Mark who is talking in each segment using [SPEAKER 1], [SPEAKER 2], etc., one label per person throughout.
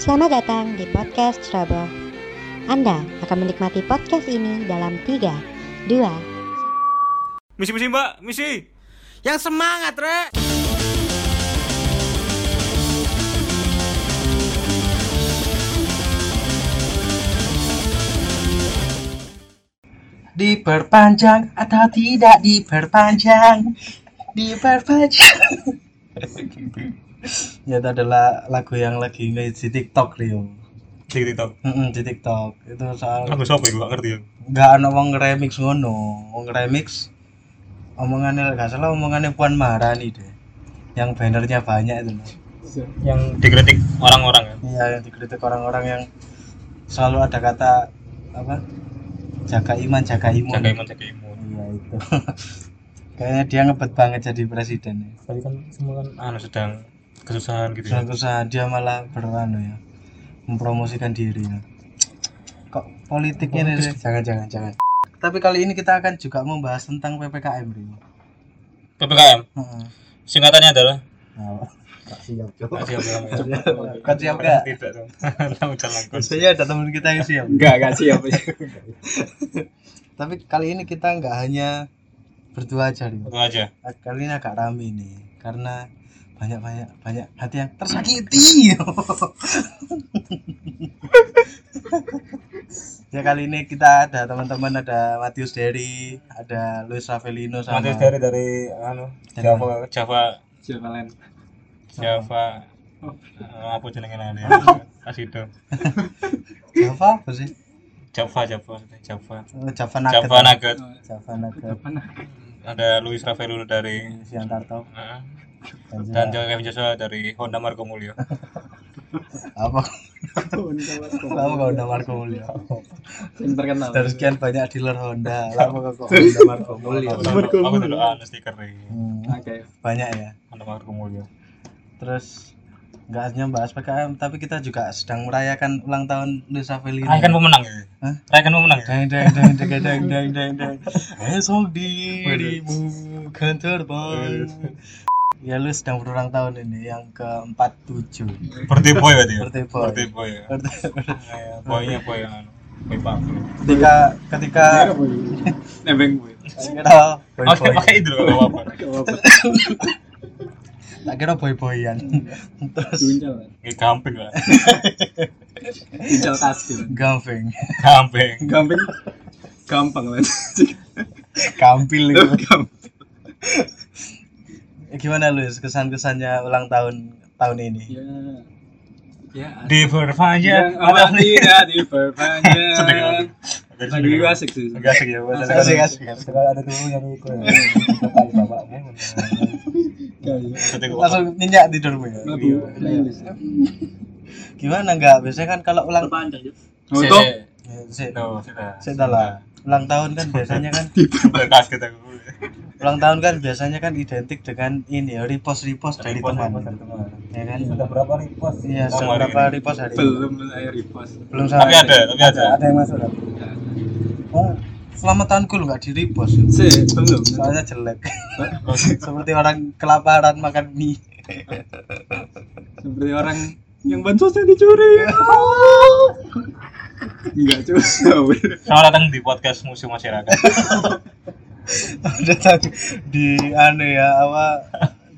[SPEAKER 1] Selamat datang di podcast Trouble. Anda akan menikmati podcast ini dalam 3, 2,
[SPEAKER 2] Misi misi mbak, misi.
[SPEAKER 3] Yang semangat, Rek. Diperpanjang atau tidak diperpanjang? Diperpanjang. ya itu adalah lagu yang lagi ngehits di TikTok, Rio.
[SPEAKER 2] Di TikTok.
[SPEAKER 3] Mm-mm, di TikTok. Itu soal
[SPEAKER 2] Aku siapa ya? Gak ngerti ya.
[SPEAKER 3] nggak ada wong remix ngono. Wong remix omongannya nggak salah omongannya Puan Maharani deh. Yang bannernya banyak itu loh. Yang
[SPEAKER 2] Dikritik orang-orang ya.
[SPEAKER 3] Iya, yang dikritik orang-orang yang selalu ada kata apa? Jaga iman, jaga imun.
[SPEAKER 2] Jaga iman, jaga imun.
[SPEAKER 3] Iya itu. Kayaknya dia ngebet banget jadi presiden. ya.
[SPEAKER 2] Tadi kan semua kan anu sedang kesusahan gitu ya.
[SPEAKER 3] Suatu saat dia malah beranu ya, mempromosikan diri. ya. Kok politiknya nih? Jangan, jangan, jangan. Tapi kali ini kita akan juga membahas tentang ppkm, Rio.
[SPEAKER 2] PPKM
[SPEAKER 3] Heeh.
[SPEAKER 2] singkatannya adalah
[SPEAKER 3] Nah, Kak siap, Cok.
[SPEAKER 2] Nggak siap dong, ya.
[SPEAKER 3] Kak siap gak?
[SPEAKER 2] Tidak dong. Tahu jalan kon.
[SPEAKER 3] Biasanya ada teman kita yang siap.
[SPEAKER 4] Enggak, enggak siap.
[SPEAKER 3] Tapi kali ini kita nggak hanya berdua aja, Rio.
[SPEAKER 2] Itu aja.
[SPEAKER 3] kali ini agak rame nih karena banyak banyak banyak hati yang tersakiti ya kali ini kita ada teman-teman ada Matius Derry ada Luis Ravelino sama
[SPEAKER 2] Matius dari dari anu Java Java
[SPEAKER 4] Siapa lain?
[SPEAKER 2] Java eh, apa jenenge nane? Kasido.
[SPEAKER 3] Java apa sih
[SPEAKER 2] Java Java Java.
[SPEAKER 3] Oh, Java Nugget
[SPEAKER 2] Java Nugget.
[SPEAKER 3] Java Nugget
[SPEAKER 4] nah?
[SPEAKER 2] Ada Luis Ravelo dari
[SPEAKER 3] Siantarto
[SPEAKER 2] eh, dan
[SPEAKER 3] dan, juga-
[SPEAKER 2] Kevin Joshua dari Honda Margo Mulyo.
[SPEAKER 3] apa
[SPEAKER 4] Yang
[SPEAKER 3] apa kau udah Marco Mulyo
[SPEAKER 4] terkenal.
[SPEAKER 3] dari sekian banyak dealer Honda lama kok Honda Marco Mulyo
[SPEAKER 2] Aku aku dulu anu stiker nih.
[SPEAKER 3] Hmm,
[SPEAKER 4] Oke.
[SPEAKER 3] banyak ya
[SPEAKER 2] Honda Margo Mulyo.
[SPEAKER 3] terus nggak hanya bahas PKM tapi kita juga sedang merayakan ulang tahun Luisa Felino
[SPEAKER 2] Rayakan pemenang ya?
[SPEAKER 3] Hah?
[SPEAKER 2] Rayakan pemenang ya?
[SPEAKER 3] deng deng deng deng deng deng deng deng esok dirimu kan terbang ya lu sedang berulang tahun ini yang ke 47
[SPEAKER 2] Birthday boy berarti ya?
[SPEAKER 3] Birthday boy.
[SPEAKER 2] Birthday boy ya? Iya, Boynya boy yang anu, boy pangku
[SPEAKER 3] ketika ketika
[SPEAKER 4] Nebeng gue.
[SPEAKER 3] saya kira
[SPEAKER 2] Oke,
[SPEAKER 3] boy
[SPEAKER 2] Oh,
[SPEAKER 3] boy
[SPEAKER 2] pakai itu loh gak apa-apa
[SPEAKER 3] tak kira boy boyan terus
[SPEAKER 4] Juncal. kan?
[SPEAKER 2] Kayak gamping lah
[SPEAKER 4] Juncal kasir.
[SPEAKER 3] gamping
[SPEAKER 2] Gamping
[SPEAKER 4] Gampang. Gampang kan.
[SPEAKER 3] kampil itu
[SPEAKER 4] Gampang.
[SPEAKER 3] gimana lu kesan kesannya ulang tahun tahun ini
[SPEAKER 4] Ya. Ya.
[SPEAKER 2] Di berpanjang
[SPEAKER 4] Yang Iya, apa tidak diperpanjang.
[SPEAKER 2] Sedih banget.
[SPEAKER 4] Lagi gue asik sih.
[SPEAKER 2] Gak asik ya buat
[SPEAKER 3] Asik,
[SPEAKER 2] ada-
[SPEAKER 3] asik, asik, asik.
[SPEAKER 2] Kalau ada dulu yang ikut Bapak bapakmu Sedih kok.
[SPEAKER 3] langsung nyenyak tidur bu ya
[SPEAKER 4] Melabu. Playlist.
[SPEAKER 3] gimana nggak biasanya kan kalau ulang
[SPEAKER 2] Sih,
[SPEAKER 4] Untuk
[SPEAKER 2] sih.
[SPEAKER 3] Ya, sih
[SPEAKER 2] No, sudah.
[SPEAKER 3] sih lah ulang tahun kan biasanya kan
[SPEAKER 2] Sudah kaget aku
[SPEAKER 3] ulang tahun kan biasanya kan identik dengan ini ya repost repost dari
[SPEAKER 2] Report,
[SPEAKER 3] teman
[SPEAKER 2] report dari teman.
[SPEAKER 3] ya kan
[SPEAKER 2] Sudah berapa repost?
[SPEAKER 3] iya
[SPEAKER 2] Oh,
[SPEAKER 3] sudah
[SPEAKER 2] hari
[SPEAKER 3] berapa
[SPEAKER 2] ini.
[SPEAKER 3] repost hari ini
[SPEAKER 4] belum saya repost.
[SPEAKER 3] belum
[SPEAKER 2] Tapi
[SPEAKER 3] sampai
[SPEAKER 2] ada, tapi ada
[SPEAKER 3] Nah, ada yang masuk tapi.
[SPEAKER 4] Ya.
[SPEAKER 3] oh selamat tahunku lu nggak di repost
[SPEAKER 4] Sih, belum.
[SPEAKER 3] soalnya jelek seperti orang kelaparan makan mie
[SPEAKER 4] Seperti orang yang bansosnya dicuri. Enggak cuy.
[SPEAKER 2] Selamat datang di podcast Museum Masyarakat
[SPEAKER 3] datang di aneh ya apa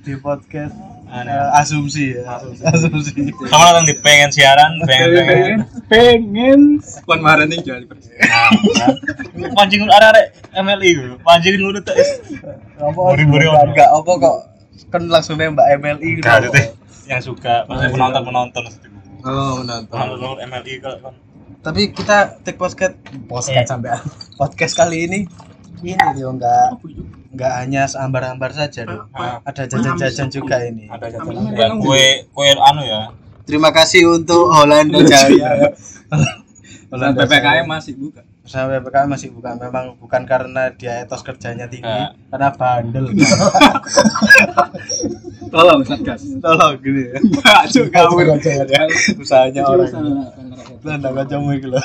[SPEAKER 3] di podcast
[SPEAKER 2] Aneh.
[SPEAKER 3] eh, asumsi ya asumsi
[SPEAKER 2] Selamat datang di pengen siaran, pengen pengen.
[SPEAKER 4] pengen pengen Puan Maharani jadi presiden
[SPEAKER 2] Nah, kan. Pancing ada ada MLI dulu. Pancing dulu tuh.
[SPEAKER 3] apa
[SPEAKER 2] Buri-buri ono.
[SPEAKER 3] enggak apa kok kan langsung nembak MLI gitu
[SPEAKER 2] Enggak ada teh yang suka pasti penonton penonton itu.
[SPEAKER 3] oh menonton
[SPEAKER 2] Penonton penonton MLI kalau kan.
[SPEAKER 3] tapi kita take podcast podcast
[SPEAKER 2] Eh.
[SPEAKER 3] sampai podcast kali ini ini dia enggak enggak hanya sambar-ambar saja Dio.
[SPEAKER 2] Ah,
[SPEAKER 3] ada jajan-jajan juga ini
[SPEAKER 2] Ada jajanan ya kue kue anu ya.
[SPEAKER 3] terima kasih untuk Holanda Jaya
[SPEAKER 4] dan PPKM masih buka
[SPEAKER 3] sampai PPKM masih bukan memang bukan karena dia etos kerjanya tinggi
[SPEAKER 2] Enggak.
[SPEAKER 3] karena bandel
[SPEAKER 4] tolong satgas
[SPEAKER 3] tolong gini ya
[SPEAKER 4] enggak juga
[SPEAKER 3] Jangan, jangan, ya. usahanya orang Lah ndak kancamu iki lho.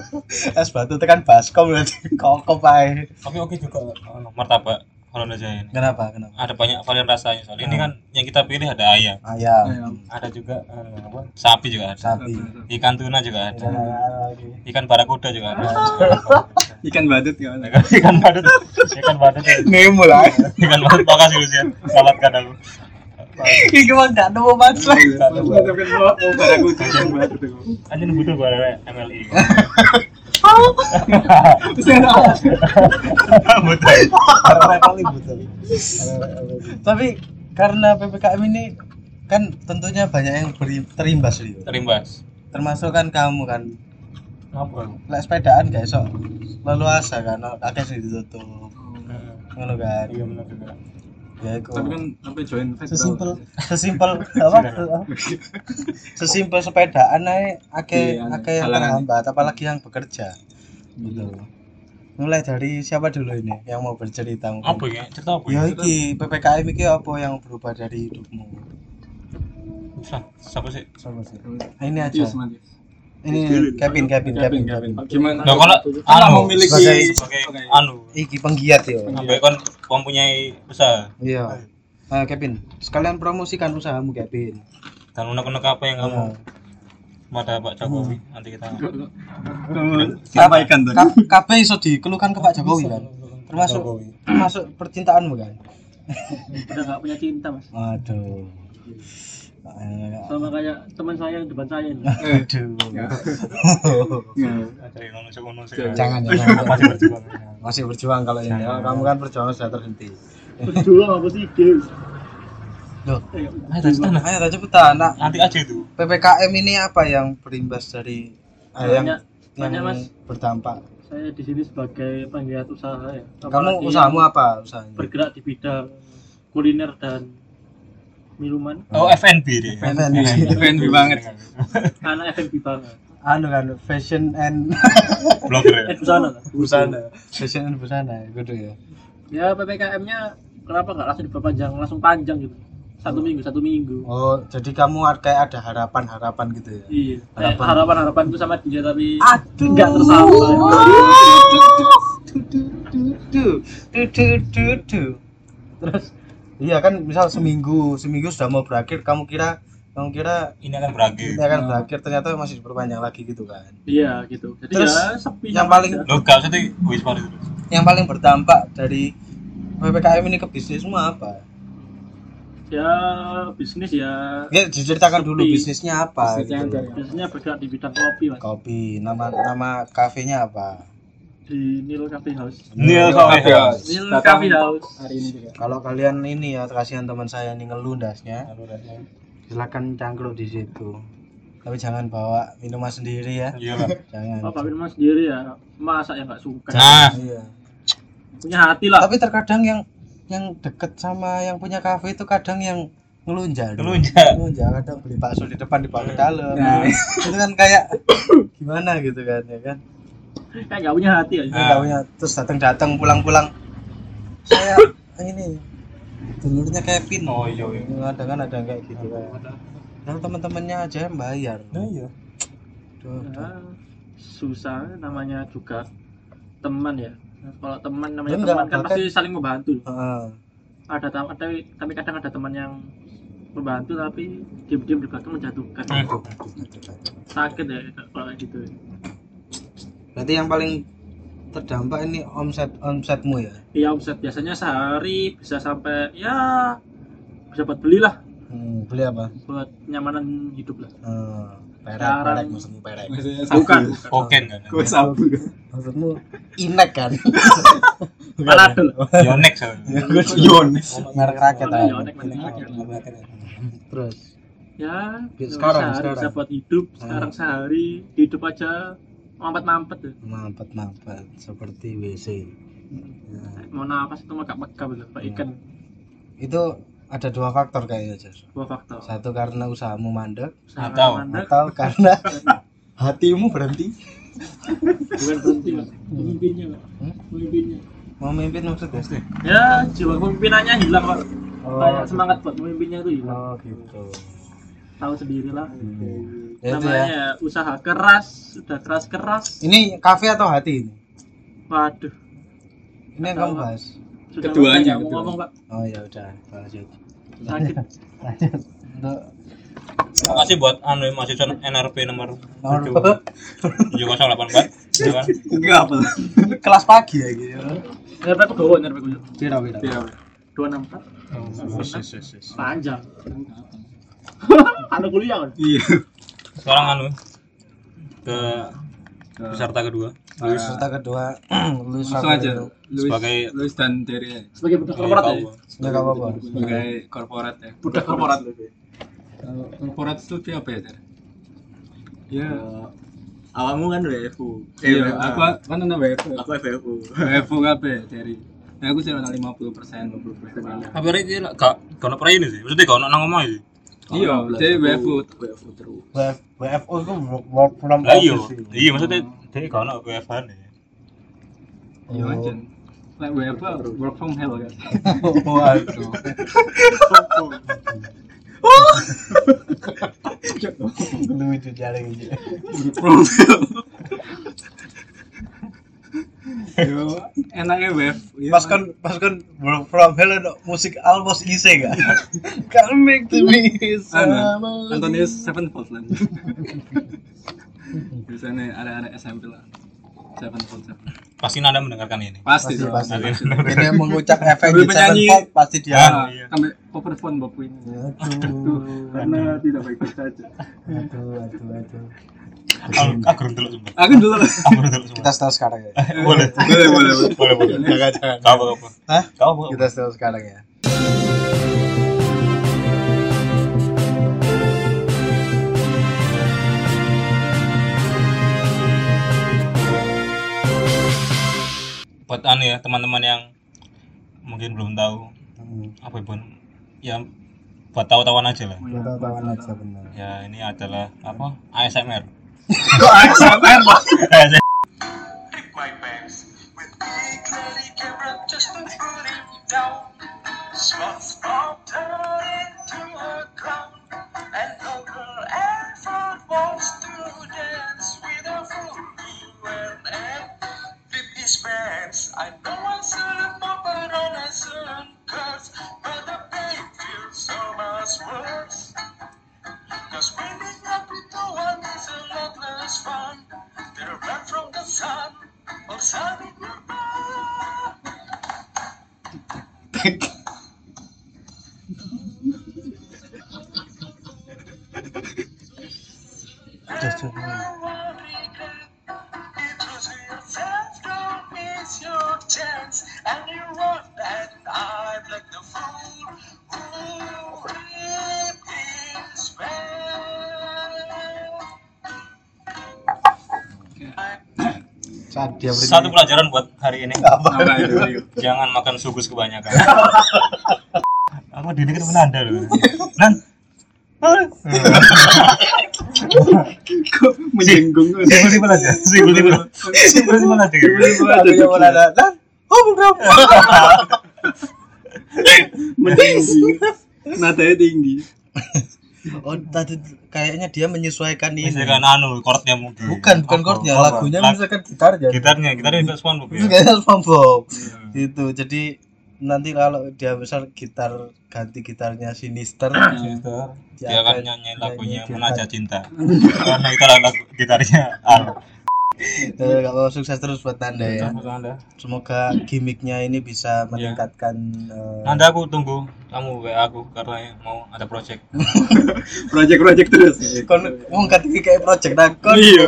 [SPEAKER 3] Es batu tekan baskom berarti kokop ae.
[SPEAKER 2] Tapi oke juga anu, martabak. Hollandaise ini.
[SPEAKER 3] Kenapa? Kenapa?
[SPEAKER 2] Ada banyak varian rasanya soalnya ini
[SPEAKER 3] Ah.
[SPEAKER 2] kan yang kita pilih ada ayam,
[SPEAKER 3] Ayam,
[SPEAKER 4] Ayam.
[SPEAKER 2] ada juga eh, apa? sapi juga ada,
[SPEAKER 3] sapi.
[SPEAKER 4] Iya.
[SPEAKER 2] ikan tuna juga ada,
[SPEAKER 3] Dan ada lagi.
[SPEAKER 2] ikan barakuda juga ada,
[SPEAKER 4] Ikan badut ya.
[SPEAKER 2] Ya kan? ikan badut, ikan badut, ya.
[SPEAKER 4] Nemo lah.
[SPEAKER 2] ikan badut makasih ya. Lucian, selamat kadang.
[SPEAKER 3] Iki mah gak nemu masuk.
[SPEAKER 4] Tapi mau mau barakuda, ikan badut.
[SPEAKER 2] Anjing butuh gua ada MLI.
[SPEAKER 4] Terus yang apa?
[SPEAKER 2] Butuh.
[SPEAKER 3] Tapi karena PPKM ini kan tentunya banyak yang beri- terimbas Rio.
[SPEAKER 2] Terimbas.
[SPEAKER 3] Termasuk kan kamu kan.
[SPEAKER 2] Ngapa?
[SPEAKER 3] Lek sepedaan gak iso leluasa kan akeh sing ditutup. Ngono kan.
[SPEAKER 2] Iya benar juga.
[SPEAKER 3] Ya iku.
[SPEAKER 4] Tapi kan sampai join festival.
[SPEAKER 3] Sesimpel sesimpel apa? Sesimpel sepedaan ae akeh
[SPEAKER 4] Iya,
[SPEAKER 3] akeh yang
[SPEAKER 4] halangan.
[SPEAKER 3] terhambat apalagi yang bekerja. Gitu. Mulai dari siapa dulu ini yang mau bercerita mungkin?
[SPEAKER 2] Apa ya? Cerita apa ya?
[SPEAKER 3] Ya iki PPKM iki apa yang berubah dari hidupmu?
[SPEAKER 2] Usah, siapa sih?
[SPEAKER 3] Sama sih. Nah, Ini aja.
[SPEAKER 4] Yes, Matius. Iya,
[SPEAKER 3] Ini Kevin Kevin Kevin Kevin.
[SPEAKER 4] Gimana?
[SPEAKER 2] Nah, kalau
[SPEAKER 4] Kalau
[SPEAKER 2] anu
[SPEAKER 4] memiliki
[SPEAKER 3] Sebagai-
[SPEAKER 2] sebagai anu,
[SPEAKER 3] Iki penggiat yo.
[SPEAKER 2] sampai kon mempunyai usaha
[SPEAKER 3] Iya. Ah, Kevin, sekalian promosikan usahamu Kevin. Nah.
[SPEAKER 2] dan unek-unek apa yang kamu
[SPEAKER 3] Kamu
[SPEAKER 2] pada Pak Jokowi nanti kita
[SPEAKER 4] sampaikan tadi.
[SPEAKER 3] KB iso dikeluhkan ke Pak Jokowi kan. Termasuk termasuk percintaanmu kan.
[SPEAKER 5] udah nggak punya cinta mas
[SPEAKER 3] Aduh.
[SPEAKER 5] sama kayak teman saya yang depan saya ini
[SPEAKER 3] Ah, Aduh.
[SPEAKER 2] dari Indonesia Uno sih.
[SPEAKER 3] Jangan jangan.
[SPEAKER 2] Masih berjuang.
[SPEAKER 3] Masih berjuang kalau ini. Oh, Kamu kan perjuangan sudah terhenti.
[SPEAKER 5] berdua apa sih guys
[SPEAKER 3] Loh,
[SPEAKER 5] Eh,
[SPEAKER 2] Ayo tas tanah.
[SPEAKER 3] ayo tak cepetan. Nak,
[SPEAKER 2] Nanti aja itu.
[SPEAKER 3] PPKM ini apa yang berimbas dari eh, yang
[SPEAKER 5] Banyak-
[SPEAKER 3] yang
[SPEAKER 5] banyak, Mas.
[SPEAKER 3] berdampak?
[SPEAKER 5] saya di sini sebagai penggiat usaha ya
[SPEAKER 3] Kamu
[SPEAKER 5] Apalagi
[SPEAKER 3] usahamu apa usahanya?
[SPEAKER 5] bergerak di bidang kuliner dan minuman
[SPEAKER 2] Oh FNB deh.
[SPEAKER 3] F&B.
[SPEAKER 4] F&B banget.
[SPEAKER 5] anak F&B banget
[SPEAKER 3] Anu kan fashion and
[SPEAKER 2] Blogger ya.
[SPEAKER 5] eh busana lah.
[SPEAKER 3] busana, fashion and busana gitu ya.
[SPEAKER 5] ya ppkm nya kenapa nggak langsung diperpanjang langsung panjang gitu satu minggu satu minggu
[SPEAKER 3] Oh, jadi kamu ad- kayak ada harapan-harapan gitu ya.
[SPEAKER 5] iya
[SPEAKER 3] Harapan. Ah.
[SPEAKER 5] harapan harapan itu sama dia tapi
[SPEAKER 3] Aduh.
[SPEAKER 5] nggak tersampai
[SPEAKER 3] Terus iya kan misal seminggu, seminggu sudah mau berakhir kamu kira kamu kira
[SPEAKER 2] Ini akan
[SPEAKER 3] ini
[SPEAKER 2] berakhir.
[SPEAKER 3] akan berakhir ternyata masih diperpanjang lagi gitu kan.
[SPEAKER 5] iya gitu jadi
[SPEAKER 3] Terus,
[SPEAKER 5] ya sepi
[SPEAKER 3] yang
[SPEAKER 5] sama
[SPEAKER 3] paling-
[SPEAKER 5] aja.
[SPEAKER 2] Lo gak usah tuh wis mari terus.
[SPEAKER 3] yang paling berdampak dari PPKM ini ke bisnismu apa?
[SPEAKER 5] ya bisnis ya
[SPEAKER 3] Ya diceritakan dulu
[SPEAKER 5] Sepi.
[SPEAKER 3] bisnisnya apa
[SPEAKER 4] Bisnisnya
[SPEAKER 3] gitu.
[SPEAKER 4] apa?
[SPEAKER 5] biasanya bergerak di bidang kopi mas
[SPEAKER 3] Kopi, nama nama kafenya apa?
[SPEAKER 5] di Nil Cafe House
[SPEAKER 2] Nil
[SPEAKER 3] Iya,
[SPEAKER 2] sampai ya.
[SPEAKER 5] Nil
[SPEAKER 4] Datang
[SPEAKER 5] Cafe House
[SPEAKER 4] hari ini juga.
[SPEAKER 3] Kalau kalian ini ya kasihan teman saya ini ngeluh dasnya, silakan cangkruk di situ. Tapi jangan bawa minuman sendiri ya,
[SPEAKER 2] Iya lah.
[SPEAKER 3] jangan.
[SPEAKER 5] oh Pak Firman sendiri ya masa yang nggak suka
[SPEAKER 2] Nah,
[SPEAKER 3] Iya.
[SPEAKER 5] punya hati lah
[SPEAKER 3] Tapi terkadang yang yang deket sama yang punya kafe itu kadang yang ngelunjak. dulu.
[SPEAKER 2] Ngelunjak. Nah.
[SPEAKER 3] Ngelunjak kadang beli bakso di depan dibawa ke dalam.
[SPEAKER 4] Nah.
[SPEAKER 3] itu kan kayak gimana gitu kan ya kan.
[SPEAKER 5] kayak nggak punya hati ya
[SPEAKER 2] Nah.
[SPEAKER 3] Dia nggak punya terus datang-datang pulang-pulang. Saya ini dulurnya Kevin.
[SPEAKER 2] oh iya iya.
[SPEAKER 3] Ada kan ada kayak gitu kan. Dan teman-temannya aja yang
[SPEAKER 2] iya.
[SPEAKER 3] bayar. Duh,
[SPEAKER 5] Ya,
[SPEAKER 3] duh.
[SPEAKER 5] susah namanya juga teman ya kalau teman namanya
[SPEAKER 3] Enggak,
[SPEAKER 5] teman kan
[SPEAKER 3] bahkan-
[SPEAKER 5] pasti saling membantu
[SPEAKER 3] Heeh.
[SPEAKER 5] ada tam- tapi tapi kadang ada teman yang membantu tapi diam-diam di belakang menjatuhkan
[SPEAKER 2] Aduh.
[SPEAKER 5] sakit ya kalau kayak gitu
[SPEAKER 3] Berarti yang paling terdampak ini omset omsetmu ya.
[SPEAKER 5] iya omset biasanya sehari bisa sampai ya bisa buat belilah
[SPEAKER 3] Hmm, beli apa?
[SPEAKER 5] buat kenyamanan hidup lah
[SPEAKER 3] Eh, perek,
[SPEAKER 5] Sekarang-
[SPEAKER 3] perek maksudmu perek.
[SPEAKER 4] Maksudnya Ya, sabu.
[SPEAKER 5] bukan bukan.
[SPEAKER 2] Oken kan.
[SPEAKER 4] Kue sabu.
[SPEAKER 3] Maksudmu inek kan?
[SPEAKER 5] Manado lah.
[SPEAKER 2] Yonex. soalnya.
[SPEAKER 4] Yones.
[SPEAKER 3] Merek rakyat
[SPEAKER 5] Oh,
[SPEAKER 3] aja.
[SPEAKER 5] iya, nek, nek, nek, nek, nek.
[SPEAKER 3] Terus
[SPEAKER 5] ya
[SPEAKER 3] Ya,
[SPEAKER 5] bisa
[SPEAKER 3] sekarang,
[SPEAKER 5] sehari
[SPEAKER 3] sekarang. Ah.
[SPEAKER 5] bisa buat hidup sekarang sehari hidup aja mampet mampet deh
[SPEAKER 3] mampet mampet seperti WC. Nah,
[SPEAKER 5] mau napas itu megap megap gitu pak
[SPEAKER 3] Hmm.
[SPEAKER 5] ikan
[SPEAKER 3] itu ada dua faktor kayaknya Jos.
[SPEAKER 5] dua faktor
[SPEAKER 3] Satu karena usahamu mandek
[SPEAKER 5] Usaha
[SPEAKER 2] Atau-
[SPEAKER 5] mandek,
[SPEAKER 3] atau karena hatimu berhenti
[SPEAKER 5] bukan berhenti Pak. pemimpinnya Pak.
[SPEAKER 3] Hmm?
[SPEAKER 5] pemimpinnya
[SPEAKER 3] memimpin maksudnya.
[SPEAKER 5] ya jiwa kepemimpinannya hilang pak kayak Oh, semangat buat pemimpinnya itu hilang
[SPEAKER 3] gitu. Oh gitu.
[SPEAKER 5] tahu sendiri lah
[SPEAKER 3] Ya, itu
[SPEAKER 5] namanya
[SPEAKER 3] ya.
[SPEAKER 5] ya, usaha keras sudah keras keras
[SPEAKER 3] Ini kafe atau hati ini?
[SPEAKER 5] waduh
[SPEAKER 3] Ini yang kamu bahas.
[SPEAKER 5] Sudah
[SPEAKER 4] Keduanya,
[SPEAKER 5] nggak mau
[SPEAKER 4] keduanya.
[SPEAKER 5] ngomong pak
[SPEAKER 3] oh ya udah lanjut
[SPEAKER 5] sakit
[SPEAKER 3] lanjut untuk
[SPEAKER 2] Terima kasih buat anu mahasiswa NRP nomor
[SPEAKER 3] nomor
[SPEAKER 2] 7084. Iya kan?
[SPEAKER 4] Enggak apa.
[SPEAKER 3] kelas pagi ya gitu
[SPEAKER 5] nerpe aku gowo nerpe aku
[SPEAKER 3] kira kira
[SPEAKER 4] Iya.
[SPEAKER 5] dua enam empat panjang
[SPEAKER 4] Iya.
[SPEAKER 5] kalau kuliah kan
[SPEAKER 2] Sekarang anu ke peserta kedua
[SPEAKER 3] peserta kedua lu
[SPEAKER 4] Nah, Ah. Langsung aja. Luis,
[SPEAKER 2] Sebagai-
[SPEAKER 4] Luis dan Terry.
[SPEAKER 5] sebagai budak korporat
[SPEAKER 2] Iya,
[SPEAKER 5] ya
[SPEAKER 3] nggak apa apa
[SPEAKER 4] sebagai korporat ya.
[SPEAKER 5] budak korporat
[SPEAKER 4] Kalau korporat itu dia apa ya? Ter? Ya. Awakmu kan WFU. Iya, aku kan anak WFU. Aku WFU. WFU kabeh dari. Nah, aku sih anak 50 persen, 50 persen.
[SPEAKER 2] tapi hari ini gak gak pernah ini sih maksudnya gak ada nang ngomong sih
[SPEAKER 4] Iya, jadi WFU. WFU terus.
[SPEAKER 3] WFO itu work from
[SPEAKER 2] lah iya
[SPEAKER 3] office sih.
[SPEAKER 2] iya maksudnya dia gak ada WFH nih
[SPEAKER 4] Iya,
[SPEAKER 3] Oh.
[SPEAKER 4] aja. Like WFU work from hell kan.
[SPEAKER 3] waduh lucu jaring gitu
[SPEAKER 4] Work from hell. Yo, enaknya WFU. Iya,
[SPEAKER 3] pas kan pas kan work from hell ada musik almost ise gak kan make to me
[SPEAKER 4] Ana,
[SPEAKER 3] sama
[SPEAKER 4] Anthony Sevenfold lah. Biasanya ada-ada SMP lah. Sevenfold, Sevenfold.
[SPEAKER 2] pasti anda mendengarkan ini
[SPEAKER 4] Pasti,
[SPEAKER 3] Pasti,
[SPEAKER 4] dong.
[SPEAKER 3] pasti.
[SPEAKER 4] pasti.
[SPEAKER 3] ini yang mengucap efek
[SPEAKER 4] Sambil
[SPEAKER 3] di seven
[SPEAKER 4] penyanyi.
[SPEAKER 3] pop pasti dia
[SPEAKER 4] Ah, sampai cover phone bapu ini.
[SPEAKER 3] aduh
[SPEAKER 4] Karena tidak baik baik saja.
[SPEAKER 3] aduh aduh aduh
[SPEAKER 2] aku aku gerung dulu sumpah
[SPEAKER 4] Aku dulu lah.
[SPEAKER 2] aku gerung dulu
[SPEAKER 3] kita
[SPEAKER 2] sumpah
[SPEAKER 3] setel sekarang ya
[SPEAKER 2] boleh
[SPEAKER 4] Boleh, boleh, boleh.
[SPEAKER 2] boleh boleh
[SPEAKER 3] jangan jangan
[SPEAKER 2] kau apa kau apa
[SPEAKER 3] Hah?
[SPEAKER 2] kau apa
[SPEAKER 3] kita setel sekarang ya
[SPEAKER 2] buat anu ya teman-teman yang mungkin belum tahu
[SPEAKER 3] Hmm.
[SPEAKER 2] apa ya Bon? ya buat tahu-tahuan aja lah
[SPEAKER 3] kita tahuan aja benar
[SPEAKER 2] ya ini adalah apa ASMR
[SPEAKER 4] Kok ASMR lah?
[SPEAKER 2] Ya,
[SPEAKER 6] Take my pants with big lady camera just to put it down. Slots are turned into a crown, and Uncle Alfred wants to dance with a fool and egg. Dip his pants, I know I shouldn't pop it on a certain curse, but the pain feels so much worse. Cause winning up with the one is a lot less fun. They're black from the sun or sun in your back.
[SPEAKER 3] Just a
[SPEAKER 6] And I won't regret. Introduce yourself, don't miss your chance. And you won't, and I'm like the fool who ripped his pants.
[SPEAKER 3] saat dia beri-
[SPEAKER 2] satu pelajaran buat hari ini
[SPEAKER 4] Apa itu? Rio?
[SPEAKER 2] jangan makan sugus kebanyakan aku dini ketemu Nanda loh Nan
[SPEAKER 4] Kok menyinggung?
[SPEAKER 2] simpel-simpel aja simpel-simpel simpel-simpel aja
[SPEAKER 3] Aku yang mulai ada, "Lah, oh bukan
[SPEAKER 4] Meninggi. Nadanya tinggi.
[SPEAKER 3] oh tadi kayaknya dia menyesuaikan ini
[SPEAKER 2] misalkan anu chordnya mungkin
[SPEAKER 3] bukan bukan
[SPEAKER 2] Apa?
[SPEAKER 3] chordnya
[SPEAKER 2] Apa?
[SPEAKER 3] lagunya
[SPEAKER 2] Lag-
[SPEAKER 3] misalkan gitarnya
[SPEAKER 2] gitarnya gitarnya ya. itu spon
[SPEAKER 3] itu
[SPEAKER 2] bukan
[SPEAKER 3] kayaknya SpongeBob
[SPEAKER 2] Hmm.
[SPEAKER 3] itu Gitu. jadi nanti kalau dia misal gitar ganti gitarnya Sinister
[SPEAKER 2] Iya, dia akan nyanyi lagunya
[SPEAKER 3] gitar.
[SPEAKER 2] menajat cinta karena itu lagu gitarnya Al
[SPEAKER 3] Eh, kalau sukses terus buat Nanda ya
[SPEAKER 2] Nanda
[SPEAKER 3] semoga gimmicknya ini bisa meningkatkan eh,
[SPEAKER 2] Nanda aku tunggu kamu WA aku karena mau ada project
[SPEAKER 4] Project-project terus.
[SPEAKER 3] kon wong katanya kayak project nah kon
[SPEAKER 4] Iya.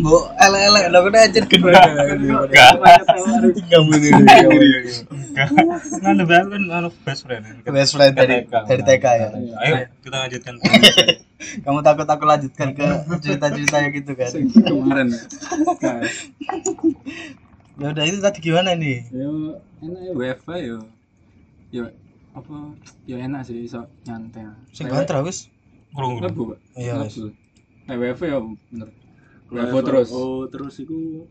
[SPEAKER 3] mbok elek-elek nah kon aja gendut
[SPEAKER 2] enggak
[SPEAKER 3] tinggal ini Iya,
[SPEAKER 2] Iya. Nanda baru kan anu best friend
[SPEAKER 3] best friend dari
[SPEAKER 2] TK.
[SPEAKER 3] dari TK ya
[SPEAKER 2] ayo kita lanjutkan
[SPEAKER 3] kamu takut aku lanjutkan ke cerita-cerita yang gitu kan
[SPEAKER 4] Sing Kemarin. Nah,
[SPEAKER 3] ya udah itu tadi gimana nih
[SPEAKER 4] yo enak ya WFA yo yo apa yo enak sih iso nyantel
[SPEAKER 3] sing kontra wis
[SPEAKER 2] kurung kurung
[SPEAKER 4] lebu pak
[SPEAKER 3] Iya, wis.
[SPEAKER 4] lebu nah WFA yo bener WFA
[SPEAKER 7] WFO
[SPEAKER 4] terus
[SPEAKER 7] Oh, terus iku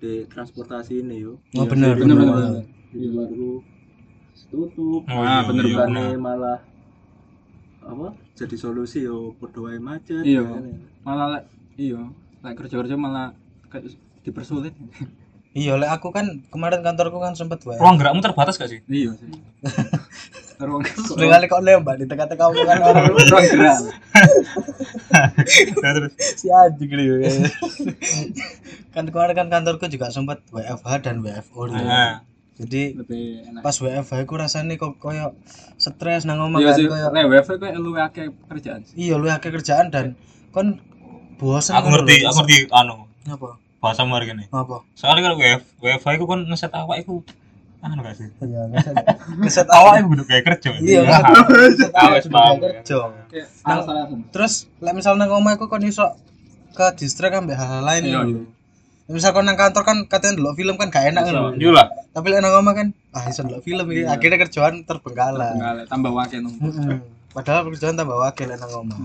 [SPEAKER 7] di transportasi ini yo.
[SPEAKER 3] oh bener
[SPEAKER 4] Iya, bener bener
[SPEAKER 3] bener.
[SPEAKER 4] bener Iya,
[SPEAKER 7] Di luar iku tutup.
[SPEAKER 2] Oh, iya,
[SPEAKER 4] Ah, bener
[SPEAKER 2] iya,
[SPEAKER 7] Bukannya
[SPEAKER 2] bener.
[SPEAKER 7] malah apa? Jadi solusi yo padha wae macet.
[SPEAKER 4] Iya.
[SPEAKER 7] kan.
[SPEAKER 4] malah lek- iya lek kerja kerja malah kayak dipersulit
[SPEAKER 3] iya lek aku kan kemarin kantorku kan sempet wae
[SPEAKER 2] ruang gerakmu terbatas gak sih
[SPEAKER 4] iya sih ruang
[SPEAKER 3] Lek kali kok nembak di teka-teka kamu kan orang
[SPEAKER 4] ruang gerak
[SPEAKER 2] Nah, terus
[SPEAKER 3] si anjing gitu ya. kan kemarin kan kantorku juga sempat WFH dan WFO gitu.
[SPEAKER 2] nah,
[SPEAKER 3] jadi
[SPEAKER 4] lebih enak
[SPEAKER 3] pas WFH aku rasanya kok koyo stres nang omah
[SPEAKER 4] iya
[SPEAKER 3] kan
[SPEAKER 4] sih
[SPEAKER 3] koyo
[SPEAKER 4] lek wifi kayak lu akeh kerjaan sih
[SPEAKER 3] iya lu akeh kerjaan dan kon bosen
[SPEAKER 2] aku
[SPEAKER 3] kan
[SPEAKER 2] ngerti
[SPEAKER 3] lho.
[SPEAKER 2] aku ngerti anu
[SPEAKER 3] apa
[SPEAKER 2] bahasa mar gini
[SPEAKER 3] apa
[SPEAKER 2] soalnya kalau WF WF aku kan ngeset awak iku anu gak sih
[SPEAKER 3] iya ngeset
[SPEAKER 2] awak iku udah kayak kerja
[SPEAKER 3] iya
[SPEAKER 2] Ya.
[SPEAKER 3] ngeset
[SPEAKER 2] Ah, wes paham.
[SPEAKER 3] kerja
[SPEAKER 4] kayak
[SPEAKER 3] Nang-
[SPEAKER 4] alasan-alasan
[SPEAKER 3] terus lek misal nang omah aku kon iso ke distract ambek hal-hal lain
[SPEAKER 4] Iya,
[SPEAKER 3] lho. misal kon nang kantor kan katanya delok film kan gak enak kan
[SPEAKER 2] iya lah
[SPEAKER 3] tapi lek nang omah kan ah iso delok film iki
[SPEAKER 4] Iya.
[SPEAKER 3] akhirnya kerjaan terbengkalai
[SPEAKER 4] Enggak, lek tambah wakil nunggu Hmm.
[SPEAKER 3] Heeh. padahal kerjaan tambah wakil lek nang omah